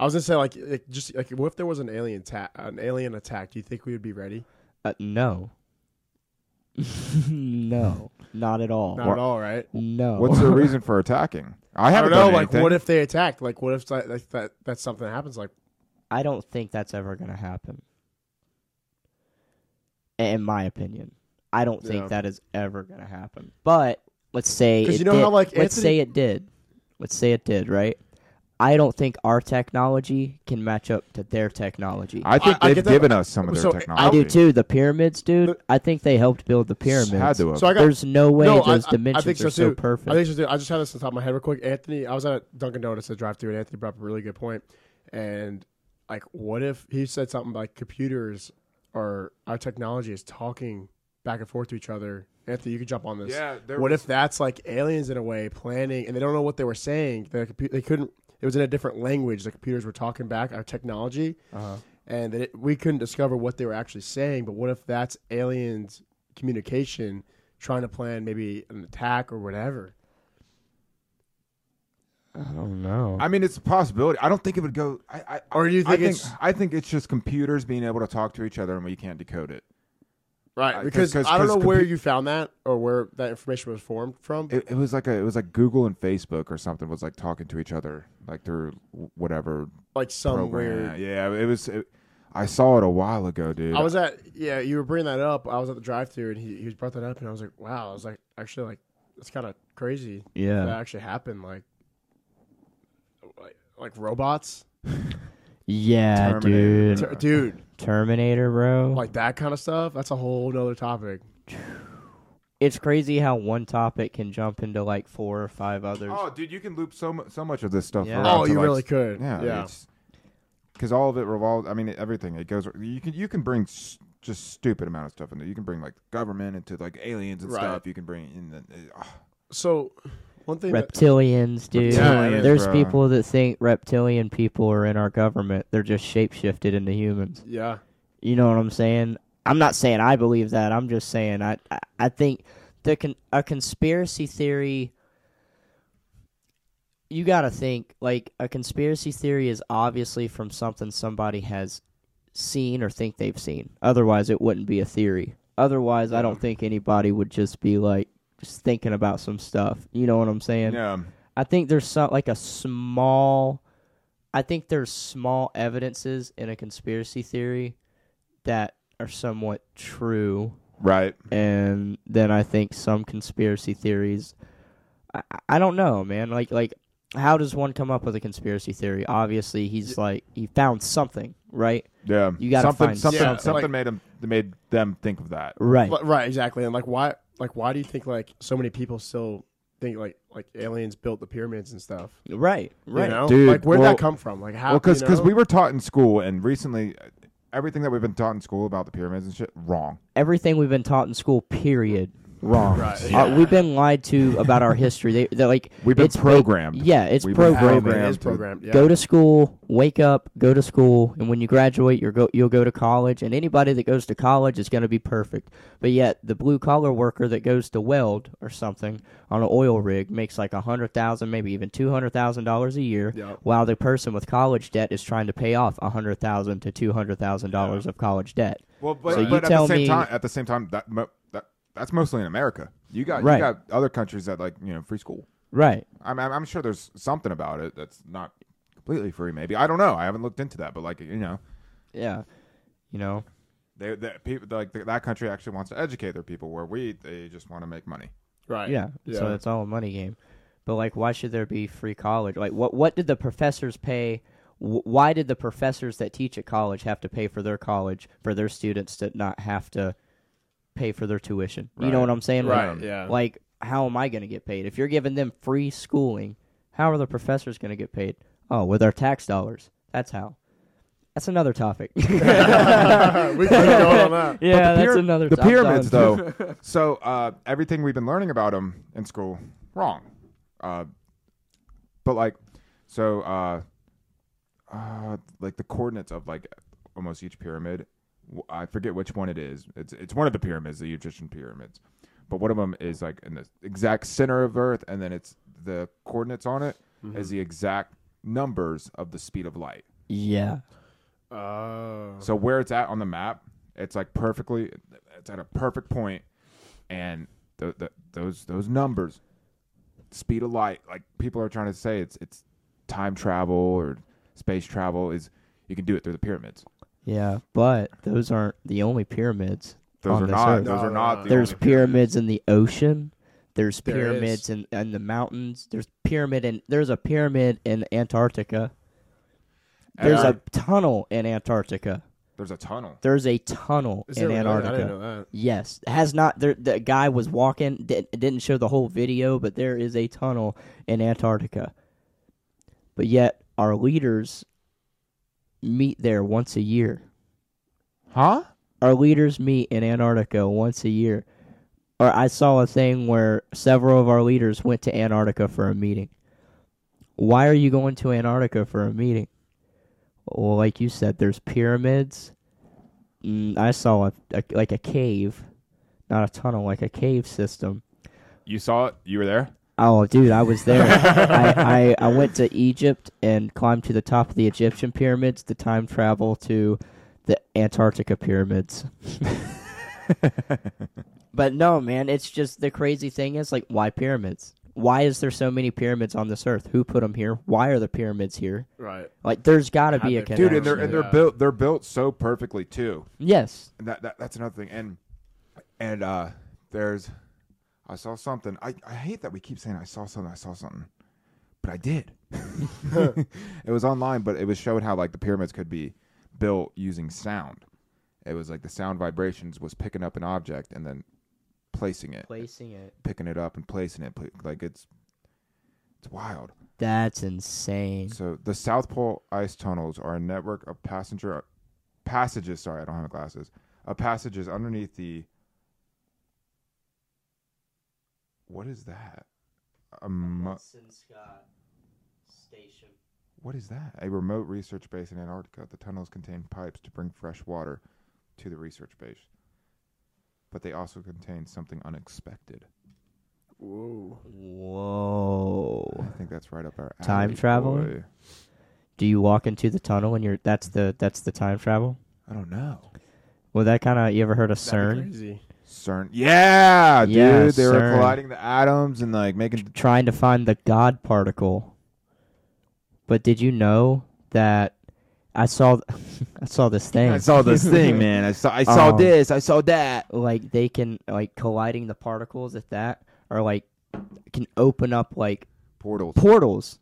A: I was gonna say like, like just like what if there was an alien ta- an alien attack? Do you think we would be ready?
C: Uh, no, no, not at all.
A: Not at all, right?
C: No.
B: What's the reason for attacking? I
A: I
B: haven't
A: don't know.
B: done
A: Like,
B: anything.
A: what if they attacked? Like, what if that like, that that's something that happens? Like,
C: I don't think that's ever going to happen. In my opinion, I don't think
A: Yeah.
C: that is ever going to happen. But let's say
A: 'Cause
C: it
A: you know
C: did-
A: how, like,
C: let's
A: Anthony-
C: say it did. Let's say it did, right? I don't think our technology can match up to their technology. I,
B: I think
A: I- I
B: they've
A: get that-
B: given us some of their
A: so, I-
B: technology.
C: do too. The pyramids, dude.
A: But-
C: I think they helped build the
B: Had
C: pyramids.
B: to have.
A: so I got
C: There's no way
A: No, I-
C: those
A: I- I
C: dimensions
A: think so
C: are so
A: too.
C: perfect.
A: I think so too. I just had this on the top of my head real quick. Anthony, I was at Dunkin' Donuts at drive through, and Anthony brought up a really good point. And like, what if he said something like computers or our technology is talking back and forth to each other? Anthony, you can jump on this.
B: Yeah, there
A: What
B: was-
A: if that's like aliens in a way planning, and they don't know what they were saying? They they couldn't. It was in a different language. The computers were talking back our technology,
B: Uh-huh.
A: and that it, we couldn't discover what they were actually saying. But what if that's aliens communication trying to plan maybe an attack or whatever?
C: I don't know.
B: I mean, it's a possibility. I don't think it would go. I, I,
A: Or do you
B: I
A: think
B: think
A: it's-
B: I think it's just computers being able to talk to each other and we can't decode it.
A: Right,
B: Uh,
A: because
B: 'cause- 'cause-
A: I don't know
B: 'cause
A: where
B: compu-
A: you found that or where that information was formed from.
B: It, it was like a it was like Google and Facebook or something was like talking to each other like through whatever
A: like some
B: program.
A: weird.
B: Yeah, it was. It, I saw it a while ago, dude.
A: I was at yeah. You were bringing that up. I was at the drive-through and he he was brought that up and I was like, wow. I was like, actually, like that's kind of crazy.
C: Yeah.
A: that actually happened. Like, like, like robots,
C: yeah,
B: Terminator.
C: dude.
A: Ter- dude.
C: Terminator, bro.
A: Like that kind of stuff. That's a whole nother topic.
C: it's crazy how one topic can jump into like four or five others.
B: Oh, dude, you can loop so mu- so much of this stuff.
C: Yeah.
B: around
A: Oh,
B: to,
A: you
B: like,
A: really could.
B: Yeah,
A: yeah.
B: Because all of it revolves. I mean, everything it goes. You can you can bring s- just stupid amount of stuff in there. You can bring like government into like aliens and
A: Right.
B: stuff. You can bring in the. ah.
A: So, one thing. that-
C: Reptilians, dude.
A: Reptilians,
C: There's
B: bro.
C: people that think reptilian people are in our government. They're just shapeshifted into humans.
A: yeah.
C: You know what I'm saying? I'm not saying I believe that. I'm just saying I I, I think the con- a conspiracy theory you got to think like a conspiracy theory is obviously from something somebody has seen or think they've seen. Otherwise it wouldn't be a theory. Otherwise I don't think anybody would just be like just thinking about some stuff. You know what I'm saying?
B: yeah.
C: I think there's some like a small I think there's small evidences in a conspiracy theory that are somewhat true
B: Right.
C: and then I think some conspiracy theories I, I don't know, man. Like like how does one come up with a conspiracy theory? Obviously, he's like he found something, right?
B: Yeah,
C: You gotta
B: something,
C: find
B: something,
A: something.
B: something
A: Like-
B: made them made them think of that.
C: Right.
A: Li- right, exactly. And like why like why do you think like so many people still think like like aliens built the pyramids and stuff?
C: Right. Right.
A: You know?
B: Dude,
A: like where'd
B: well-
A: that come from? Like how
B: Well, because
A: you know?
B: we were taught in school, and recently, uh, everything that we've been taught in school about the pyramids and shit, wrong.
C: Everything we've been taught in school, period, wrong.
A: Right,
C: Uh,
A: yeah.
C: we've been lied to about our history. They, they're like
B: We've been
C: it's
B: programmed.
C: yeah, it's
B: We've been
A: How
C: programmed.
A: it is
B: to-
A: programmed. Yeah.
C: Go to school, wake up, go to school, and when you graduate, you're go, you'll go to college. And anybody that goes to college is going to be perfect. But yet, the blue collar worker that goes to weld or something on an oil rig makes like a hundred thousand, maybe even two hundred thousand dollars a year,
A: Yep.
C: while the person with college debt is trying to pay off a hundred thousand to two hundred thousand dollars of college debt.
B: Well, but,
C: So you
B: but at
C: tell
B: the same
C: me-
B: time, at the same time, that, mo- that that's mostly in America. You got
C: Right.
B: you got other countries that like you know free school.
C: Right.
B: I'm I'm I'm sure there's something about it that's not completely free. Maybe I don't know. I haven't looked into that, but like you know,
C: Yeah. You know.
B: they, they people like that country actually wants to educate their people, where we they just want to make money.
A: Right.
C: Yeah.
A: Yeah.
C: So it's all a money game. But like, why should there be free college? Like, what what did the professors pay? wh- Why did the professors that teach at college have to pay for their college for their students to not have to pay for their tuition? You know
B: Right.
C: what I'm saying? Like-
A: Right. Yeah.
C: Like, how am I going to get paid if you're giving them free schooling? How are the professors going to get paid? Oh, with our tax dollars. That's how. That's another topic.
A: we can go on that.
C: yeah,
B: the
C: that's
B: pyra-
C: another.
B: The
C: I'm
B: pyramids,
C: done.
B: though. so uh, everything we've been learning about them in school, wrong. Uh, but like, so uh, uh, like the coordinates of like almost each pyramid. w- I forget which one it is. It's it's one of the pyramids, the Egyptian pyramids. But one of them is like in the exact center of Earth, and then it's the coordinates on it is
A: Mm-hmm.
B: the exact numbers of the speed of light.
C: Yeah.
A: Oh.
B: So where it's at on the map, it's like perfectly, it's at a perfect point, and the, the, those those numbers, speed of light, like people are trying to say it's it's time travel or space travel is you can do it through the pyramids.
C: Yeah, but those aren't the only pyramids.
B: Those
C: on
B: are
C: this
B: not
C: earth.
B: those
A: No,
B: are
A: no,
B: not
A: no.
B: the
C: There's
B: only-
C: pyramids in the ocean. There's
A: There
C: pyramids
A: is.
C: in, in the mountains. There's pyramid in there's a pyramid in Antarctica. There's
B: Yeah.
C: a tunnel in Antarctica.
B: there's a tunnel.
C: There's a tunnel
A: Is there
C: in
A: really?
C: Antarctica.
A: I didn't know that.
C: Yes, has not. There, the guy was walking. Did, didn't show the whole video, but there is a tunnel in Antarctica. But yet, our leaders meet there once a year.
B: Huh?
C: our leaders meet in Antarctica once a year. Or I saw a thing where several of our leaders went to Antarctica for a meeting. Why are you going to Antarctica for a meeting? Well, like you said, there's pyramids. Mm, I saw a, a like a cave, not a tunnel, like a cave system.
B: You saw it. You were there.
C: Oh, dude, I was there. I, I, I went to Egypt and climbed to the top of the Egyptian pyramids to time travel to the Antarctica pyramids. but no, man, it's just the crazy thing is like, why pyramids? Why is there so many pyramids on this earth? Who put them here? Why are the pyramids here?
A: Right.
C: Like, there's got to be a
A: Dude,
C: connection.
B: Dude, and they're and they're
A: Yeah.
B: built they're built so perfectly too.
C: yes,
B: And that, that that's another thing. And and uh there's I saw something. I, I hate that we keep saying I saw something, I saw something. But I did. it was online, but it was showing how like the pyramids could be built using sound. It was like the sound vibrations was picking up an object and then placing it,
C: placing it.
B: picking it up and placing it. pla- Like it's it's wild.
C: That's insane.
B: So the South Pole ice tunnels are a network of passenger passages. Sorry, I don't have my glasses. Of passages underneath the. What is that? Um,
C: Station.
B: what is that? A remote research base in Antarctica. The tunnels contain pipes to bring fresh water to the research base, but they also contain something unexpected.
A: Whoa.
C: Whoa.
B: I think that's right up our
C: Time
B: alley,
C: travel?
B: boy.
C: Do you walk into the tunnel and you're that's the that's the time travel?
B: I don't know.
C: Well, that kind of you ever heard of
A: That'd be
C: CERN?
A: crazy.
B: CERN. Yeah,
C: Yeah,
B: dude. They were
C: CERN.
B: colliding the atoms and like making
C: Trying to find the God particle. But did you know that I saw I saw this thing
B: I saw this thing, man. I saw I saw
C: Um,
B: this. I saw that.
C: like they can like colliding the particles at that or like can open up like
B: Portals.
C: portals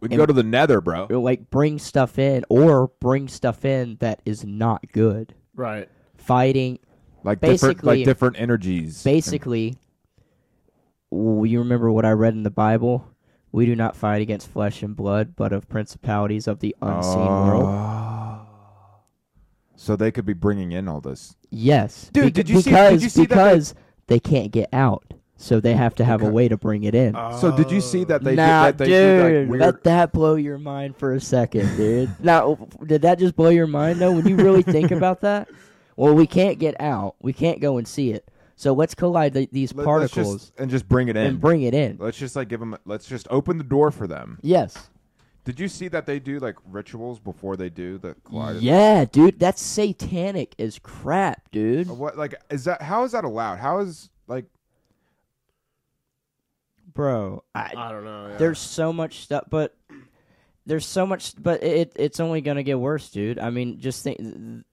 B: We can
C: And-
B: go to the nether, bro.
C: Like bring stuff in or bring stuff in that is not good.
A: Right.
C: Fighting
B: Like different,
C: basically-
B: like different energies.
C: basically w- you remember what I read in the Bible? We do not fight against flesh and blood, but of principalities of the unseen world.
B: Oh. So they could be bringing in all this.
C: Yes.
B: Dude,
C: bec-
B: did you see-
C: because,
B: did you see that they-
C: because they can't get out. So they have to have a
B: Okay.
C: way to bring it in.
B: So did you see that they did-
C: nah,
B: that they did, like,
C: dude,
B: weird-
C: let that blow your mind for a second, dude. now, did that just blow your mind though? When you really think about that, well, we can't get out. We can't go and see it. So let's collide the, these
B: Let- let's just-
C: particles
B: and just bring it in.
C: and bring it in.
B: let's just like give them. Let's just open the door for them.
C: Yes.
B: Did you see that they do like rituals before they do the collide?
C: Yeah, dude, that's satanic as crap, dude.
B: What like is that? How is that allowed? How is like
C: Bro, I,
A: I don't know. yeah.
C: there's so much stuff, but there's so much, but it it's only gonna get worse, dude. I mean, just think,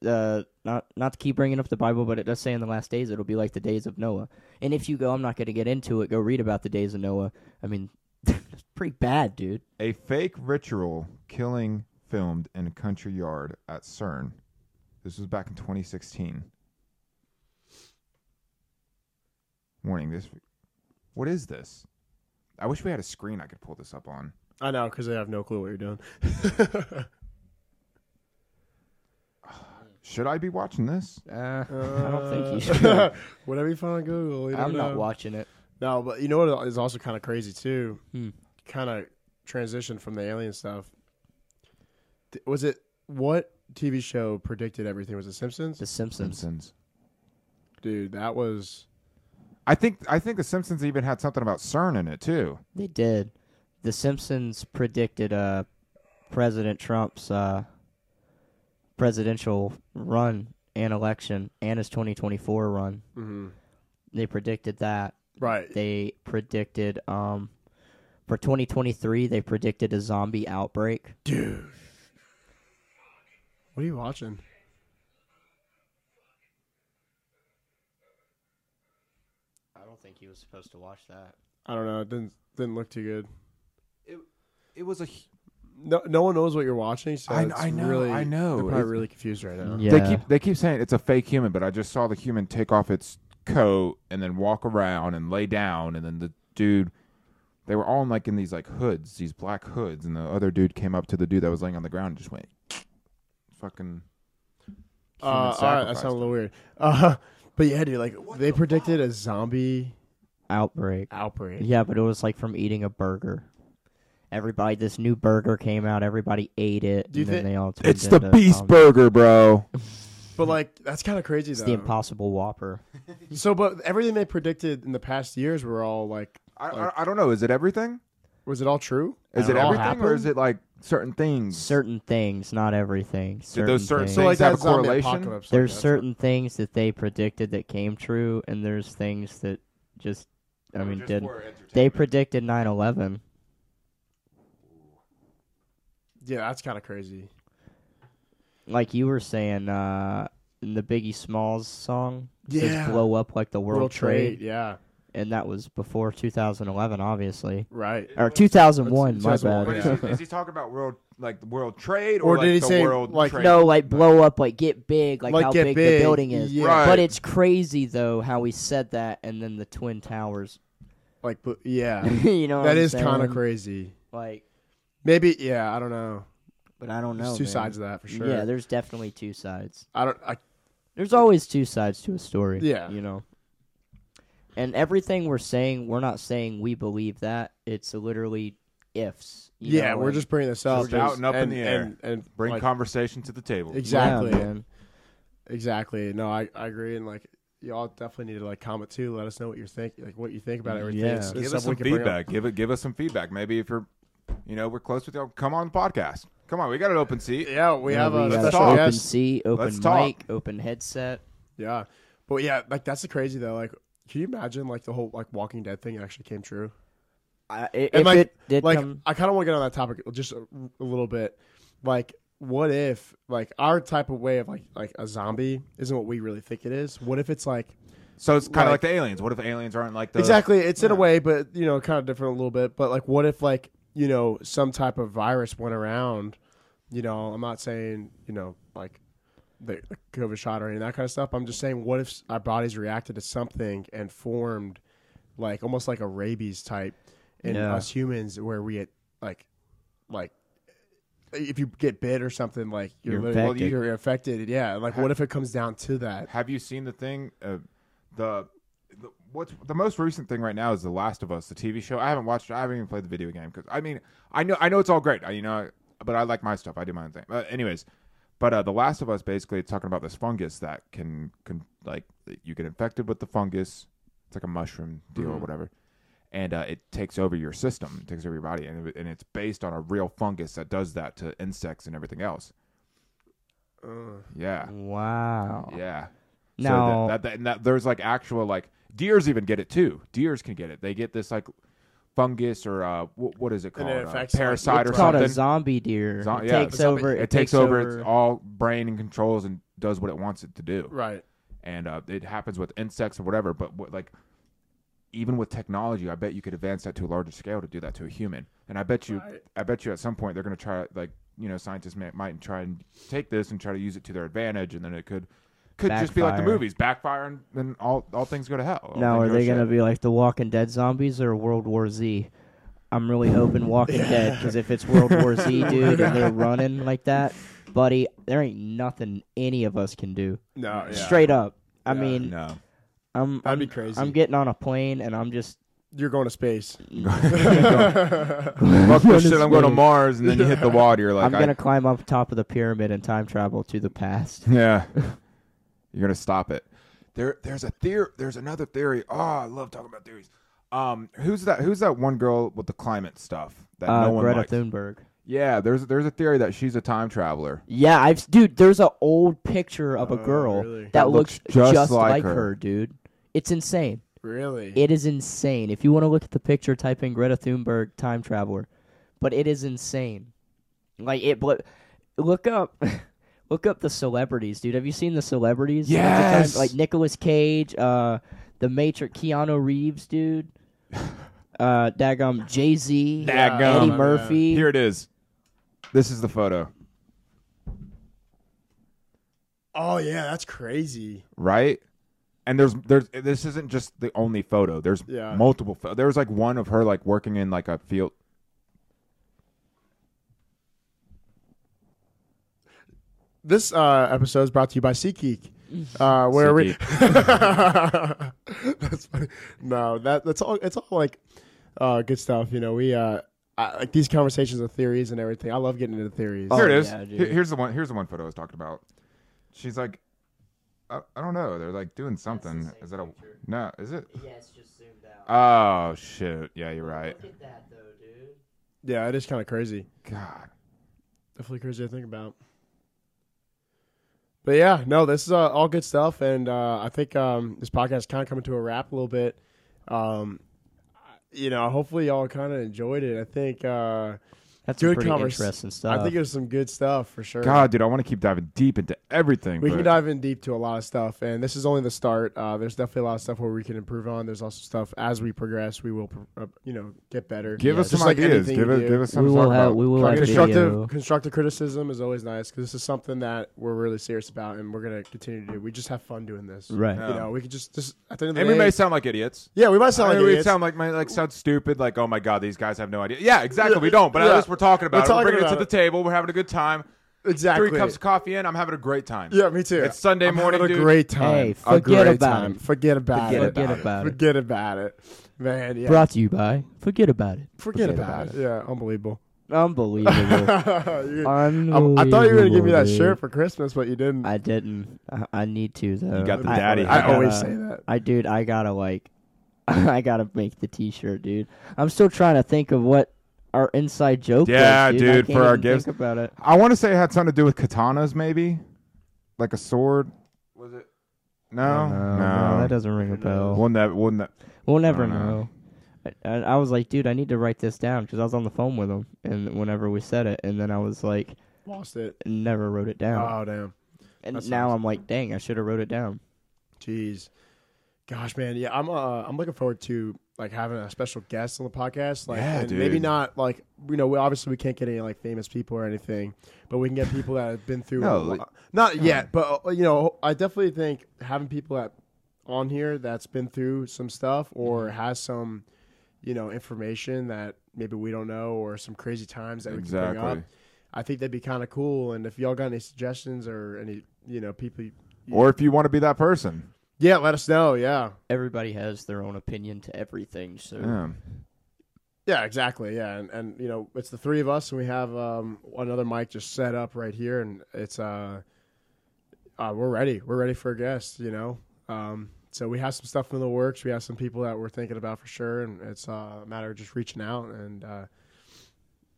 C: uh, not not to keep bringing up the Bible, but it does say in the last days it'll be like the days of Noah. And if you go, I'm not gonna get into it. Go read about the days of Noah. I mean, it's pretty bad, dude.
B: a fake ritual killing filmed in a country yard at CERN? This was back in 2016. Warning this. What is this? I wish we had a screen I could pull this up on.
A: I know because they have no clue what you're doing.
B: Should I be watching this?
C: Uh, I don't think you
A: Uh,
C: should.
A: Whatever you find on Google, you
C: I'm
A: don't
C: not
A: know.
C: watching it.
A: No, but you know what is also kind of crazy too.
C: Hmm.
A: Kind of transition from the alien stuff. Th- Was it what TV show predicted everything was The Simpsons?
C: The Simpsons.
B: Simpsons.
A: Dude, that was
B: I think I think the Simpsons even had something about CERN in it too.
C: They did. The Simpsons predicted uh, President Trump's uh, presidential run and election and his 2024 run.
A: mhm.
C: They predicted that.
A: right.
C: They predicted um, for 2023, they predicted a zombie outbreak.
A: Dude, what are you watching?
C: I don't think he was supposed to watch that.
A: I don't know. It didn't didn't look too good.
B: It was a.
A: No, no one knows what you're watching. So
B: I-
A: it's
B: I know,
A: Really,
B: I know.
A: They're probably
B: It's-
A: really confused right now.
C: Yeah.
B: They keep they keep saying it's a fake human, but I just saw the human take off its coat and then walk around and lay down, and then the dude. They were all in like in these like hoods, these black hoods, and the other dude came up to the dude that was laying on the ground and just went, fucking.
A: Uh, all right, that
B: sacrificed.
A: sounds a little weird. Uh, but yeah, dude, like they predicted a zombie
C: Outbreak.
A: outbreak.
C: Yeah, but it was like from eating a burger. Everybody, this new burger came out. Everybody ate it.
A: Do you
C: and then
A: thi-
C: they all turned
B: It's the
C: into
B: Beast
C: zombies.
B: Burger, bro.
A: But like that's kind of crazy
C: It's
A: though.
C: the Impossible Whopper.
A: So, but everything they predicted in the past years were all like,
B: I, I I don't know. Is it everything?
A: was it all true?
B: Is
C: It
B: it
C: all
B: everything, or
C: happened?
B: is it like certain things?
C: Certain things, not everything. Certain
B: those certain-
C: things.
B: So, like, Things
A: that
B: have a
A: zombie
B: correlation?
A: apocalypse, like,
C: there's
A: that's
C: certain things that they predicted that came true, and there's things that just, I mean, didn't. They predicted 9/11.
A: what- yeah, that's kind of crazy.
C: Like you were saying, uh, in the Biggie Smalls song, it
A: Yeah.
C: says blow up like the World, Trade,
A: yeah,
C: and that was before 2011, obviously,
A: right.
C: or 2001.
A: It's-
C: My
A: 2001,
C: bad.
A: yeah.
B: Is he, is he talking about world like the world trade,
A: Or
B: or,
A: did
B: like
A: he
B: the
A: say,
B: world
A: like,
B: trade?
C: No, like blow up, like get big, like,
A: Like,
C: how
A: get
C: big,
A: big,
C: the building is.
A: yeah.
B: Right.
C: But it's crazy though how we said that, and then the twin towers.
A: Like, but yeah,
C: you know, what
A: that
C: I'm
A: is kind
C: saying?
A: of crazy.
C: Like,
A: Maybe, yeah, I don't know.
C: but I don't know.
A: There's two
C: man.
A: sides of that for sure.
C: Yeah, there's definitely two sides.
A: I don't. I,
C: There's always two sides to a story.
A: Yeah.
C: you know. And everything we're saying, we're not saying we believe that. It's literally ifs. you
A: yeah,
C: know,
A: we're
C: and-
A: just bringing this up.
B: Just shouting up in
A: and-
B: the air.
A: and, and
B: Bring
A: like,
B: conversation to the table.
A: Ex-
C: Yeah,
A: exactly.
C: man.
A: exactly. No, I, I agree, and like y'all definitely need to like comment too. Let us know what you're think, like what you think about everything.
C: Yeah.
A: It's- it's
B: Give
A: stuff
B: us some
A: we can bring up.
B: feedback. Give it. Give us some feedback. Maybe if you're, you know, we're close with y'all. Come on, the podcast. Come on, we got an open seat.
A: Yeah, we
C: Yeah,
A: have
C: we
A: a
C: got
B: Let's
A: special
B: talk.
C: open
A: guest.
C: seat, open
B: Let's
C: mic,
B: talk.
C: open headset.
A: Yeah. But yeah, like that's the crazy though. Like, can you imagine like the whole like Walking Dead thing actually came true?
C: I, if
A: And, like-
C: it did
A: Like,
C: come,
A: I kind of want to get on that topic just a, a little bit. Like, what if like our type of way of like like a zombie isn't what we really think it is? What if it's like
B: So it's kind of
A: Like-
B: like, the aliens. What if aliens aren't like the
A: exactly it's in a
B: yeah.
A: way, but you know, kind of different a little bit. But like, what if like you know, some type of virus went around, you know, I'm not saying, you know, like the the COVID shot or any of that kind of stuff. I'm just saying, what if our bodies reacted to something and formed like almost like a rabies type in
C: Yeah.
A: us humans where we had like, like, if you get bit or something, like you're,
C: You're
A: literally-
C: infected.
A: you're infected. Yeah. Like, what if it comes down to that?
B: Have you seen the thing? Uh, the, the what's the most recent thing right now is The Last of Us, the TV show. I haven't watched. it. I haven't even played the video game because I mean, I know I know it's all great. I, you know, but I like my stuff. I do my own thing. Uh, anyways, but uh, The Last of Us basically it's talking about this fungus that can can like you get infected with the fungus. It's like a mushroom deal or whatever. And uh, it takes over your system, it takes over your body, and, it, and it's based on a real fungus that does that to insects and everything else.
A: Uh,
B: Yeah,
C: Wow.
B: yeah.
C: Now-
B: so that, that, that, and that there's like actual like deers even get it too. Deers can get it. They get this like fungus or uh, wh- what is it
A: And
B: called?
A: it
B: Uh,
A: affects, like,
B: parasite
A: it's
B: or
C: It's called
B: something.
C: a zombie deer.
B: Zom-
C: it
B: yeah,
C: takes
A: a zombie-
C: over.
B: it, takes, over, its all brain and controls and does what it wants it to do.
A: Right.
B: And uh, it happens with insects or whatever. But what, like even with technology, I bet you could advance that to a larger scale to do that to a human. And I bet you,
A: Right.
B: I bet you at some point they're going to try like you know scientists may, might try and take this and try to use it to their advantage, and then it could could just be like the
C: Backfire.
B: movies, backfire, and then all all things go to hell. All
C: now,
B: things
C: are
B: go
C: they going to
B: shit.
C: be like the Walking Dead zombies or World War Z? I'm really hoping Walking Dead because if it's World War Z, dude, and they're running like that, buddy, there ain't nothing any of us can do.
A: No. Yeah.
C: Straight up. I
A: Yeah.
C: mean,
B: No,
C: I'm
A: That'd be
C: I'm-
A: crazy.
C: I'm getting on a plane and I'm just
A: You're going to space.
B: fuck this shit. I'm going to
C: Honestly.
B: Mars, and then you hit the water. You're like,
C: I'm gonna climb up top of the pyramid and time travel to the past.
B: I, yeah, you're gonna stop it. There, there's a theory. There's another theory. Oh, I love talking about theories. Um, who's that? Who's that one girl with the climate stuff that
C: Uh,
B: no one
C: Greta
B: likes?
C: Thunberg.
B: Yeah, there's there's a theory that she's a time traveler.
C: Yeah, I've s- dude. There's an old picture of a
A: Oh,
C: girl
A: really?
C: that,
B: That
C: looks,
B: looks just like
C: like
B: her.
C: her, dude. It's insane.
A: Really?
C: It is insane. If you want to look at the picture, type in Greta Thunberg time traveler. But it is insane. Like it. blo- look up, look up the celebrities, dude. Have you seen the celebrities? Like, the time-
B: Yes!
C: Like Nicolas Cage, uh, The Matrix, Keanu Reeves, dude. Uh, daggum Jay Z,
B: Daggum.
C: Eddie
A: Yeah.
C: Murphy.
B: Here it is. This is the photo,
A: oh yeah, that's crazy.
B: right? And there's there's this isn't just the only photo. There's
A: Yeah.
B: multiple. Pho- there was like one of her like working in like a field.
A: This uh, episode is brought to you by SeatGeek. Uh, where we? that's funny. No, that that's all. It's all like uh, good stuff. You know, we uh, I, like these conversations of theories and everything. I love getting into theories.
C: Oh,
B: Here it is.
C: yeah, dude.
B: Here- here's the one. Here's the one photo I was talking about. She's like, I, I don't know. They're like doing something.
C: same
B: Is that a no? Is it?
C: Yeah, it's just zoomed out.
B: Oh shoot! Yeah, you're right.
C: at that though, dude.
A: Yeah, it is kind of crazy.
B: God.
A: Definitely crazy to think about. But yeah, no, this is uh, all good stuff, and uh, I think um, this podcast is kind of coming to a wrap a little bit. Um, I- you know, hopefully y'all kind of enjoyed it. I think uh,
C: That's
A: good
C: some pretty
A: convers-
C: interesting stuff.
A: I think it was some good stuff for sure.
B: God, dude, I want to keep diving deep into everything.
A: we can
B: but-
A: dive in deep to a lot of stuff, and this is only the start. Uh, there's definitely a lot of stuff where we can improve on. There's also stuff as we progress, we will, pro- uh, you know, get better.
B: Give
C: Yeah,
B: us
A: just
B: some
A: like
B: ideas.
A: anything
B: Give
A: you
B: us,
A: do.
B: give us some.
C: we
B: to
C: will
B: talk
C: have
B: about.
C: we will have
A: constructive
C: video.
A: constructive criticism is always nice because this is something that we're really serious about and we're gonna continue to do. We just have fun doing this,
C: Right.
A: You know, we could just just at the end of the
B: And we
A: day-
B: may sound like idiots.
A: yeah, we might sound
B: I
A: like
B: mean, we
A: idiots.
B: sound like my like sound stupid. Like, oh my god, these guys have no idea. Yeah, exactly. We don't. But
A: Yeah.
B: at least we're talking about
A: We're
B: it.
A: talking
B: we're bringing it
A: about
B: to
A: it.
B: the table. We're having a good time.
A: exactly.
B: Three cups of coffee in. I'm having a great time.
A: yeah, me too.
B: It's Sunday
A: I'm
B: morning,
A: Having a
B: dude.
A: great time.
C: Hey,
A: A
C: forget
A: great
C: about
A: time.
C: it.
A: Forget about
C: Forget
A: it.
C: about it. about it.
A: Forget about it, man. Yeah,
C: Brought to you by. Forget about it.
A: forget, about, it. Yeah, unbelievable.
C: Unbelievable.
A: You-
C: Unbelievable.
A: I, I thought you were gonna give me that
C: dude.
A: shirt for Christmas, but you didn't.
C: I didn't. I, I need to though.
B: got the
C: I-
B: daddy
A: I
B: hat.
C: gotta-
A: always say that.
C: I dude, I gotta like, I gotta make the T-shirt, dude. I'm still trying to think of what our inside joke.
B: Yeah,
C: was, dude, I
B: dude,
C: can't
B: for our
C: even
B: gifts.
C: Think about it.
B: I want to say it had something to do with katanas, maybe, like a sword. Was it? No,
C: no,
B: no.
C: no, that doesn't ring a bell.
B: Wouldn't that? Wouldn't that?
C: We'll never
B: I don't
C: know.
B: know.
C: I, I, I was like, dude, I need to write this down because I was on the phone with him, and whenever we said it, and then I was like,
A: Lost it.
C: never wrote it down,
A: Oh damn.
C: and
A: that
C: now
A: sucks.
C: I'm like, dang, I should have wrote it down.
A: Jeez, gosh, man, yeah, I'm uh, I'm looking forward to like having a special guest on the podcast. Like
B: Yeah,
A: and maybe
B: dude.
A: not like you know, we obviously we can't get any like famous people or anything, but we can get people that have been through a
B: No,
A: lo-
B: like-
A: not yet, but uh, you know, I definitely think having people that on here that's been through some stuff or
B: Mm-hmm.
A: has some you know information that maybe we don't know or some crazy times that we can bring
B: Exactly.
A: up. I think that'd be kind of cool. And if y'all got any suggestions or any you know people,
B: Or if you want to be that person.
A: yeah, let us know. Yeah,
C: Everybody has their own opinion to everything, so
B: Yeah.
A: Yeah, exactly. Yeah, and and you know it's the three of us, and we have um, another mic just set up right here, and it's uh, uh we're ready. We're ready for a guest. You know, um, so we have some stuff in the works. We have some people that we're thinking about for sure, and it's uh, a matter of just reaching out and uh,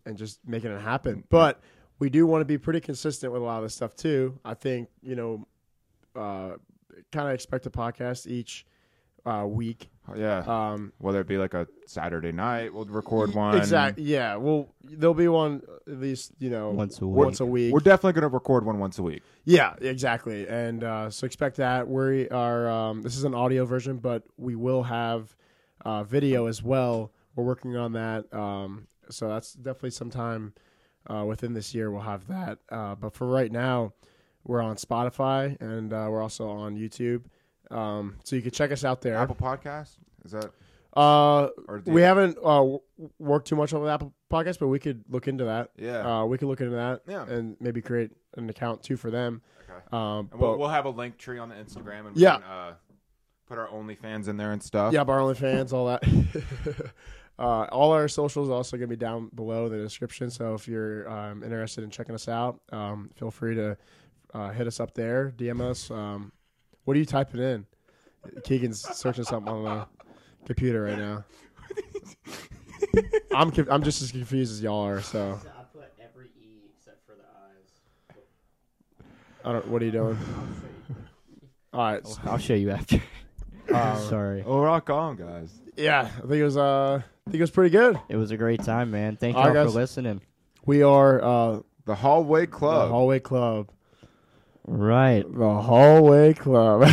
A: and just making it happen. But we do want to be pretty consistent with a lot of this stuff too. I think you know, uh, kind of expect a podcast each uh, week.
B: yeah.
A: Um,
B: Whether it be like a Saturday night, we'll record one.
A: Exactly. Yeah. Well, there'll be one at least you know
C: Once a
A: Once a week.
B: We're definitely going to record one once a week.
A: yeah. Exactly. And uh, so expect that. We are. Um, this is an audio version, but we will have uh, video as well. We're working on that. Um, so that's definitely sometime uh, within this year we'll have that. Uh, but for right now, we're on Spotify and uh, we're also on YouTube. Um, so you can check us out there.
B: Apple Podcast? Is that
A: Uh,
B: or do
A: we
B: you-
A: haven't uh, w- worked too much on the Apple Podcast, but we could look into that.
B: Yeah.
A: uh, we could look into that.
B: Yeah.
A: and maybe create an account too for them.
B: Okay.
A: Um,
B: And
A: but
B: we'll, we'll have a link tree on the Instagram and we
A: Yeah.
B: can, uh, put our OnlyFans in there and stuff.
A: yeah, Barley fans, all that. uh, all our socials are also gonna be down below in the description. So if you're um, interested in checking us out, um, feel free to uh, hit us up there, DM us. Um, what are you typing in? Keegan's searching something on the computer right now. I'm conf- I'm just as confused as y'all are. So
C: I put every E except for the eyes.
A: I don't. What are you doing? All right.
C: Oh, I'll show you after. Sorry.
B: Oh, rock on, guys.
A: Yeah, I think it was. Uh, I think it was pretty good.
C: It was a great time, man. Thank you
A: All
C: all
A: right,
C: for
A: guys.
C: listening.
A: We are uh,
B: The Hallway
A: the
B: Club.
A: hallway club.
C: Right.
A: The hallway club.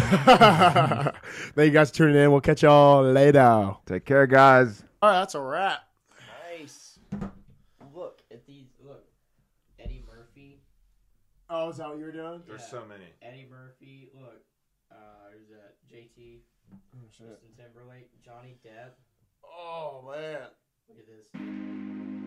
A: Thank you guys for tuning in. We'll catch y'all later. All
B: Take care, guys.
A: right, that's a wrap.
C: Nice. Look at these. Look, Eddie Murphy.
A: Oh, is that what you were doing?
C: There's so
B: many.
C: Eddie Murphy. Look, uh, who's that? JT, Justin Timberlake, Johnny Depp.
A: Oh man.
C: Look at this.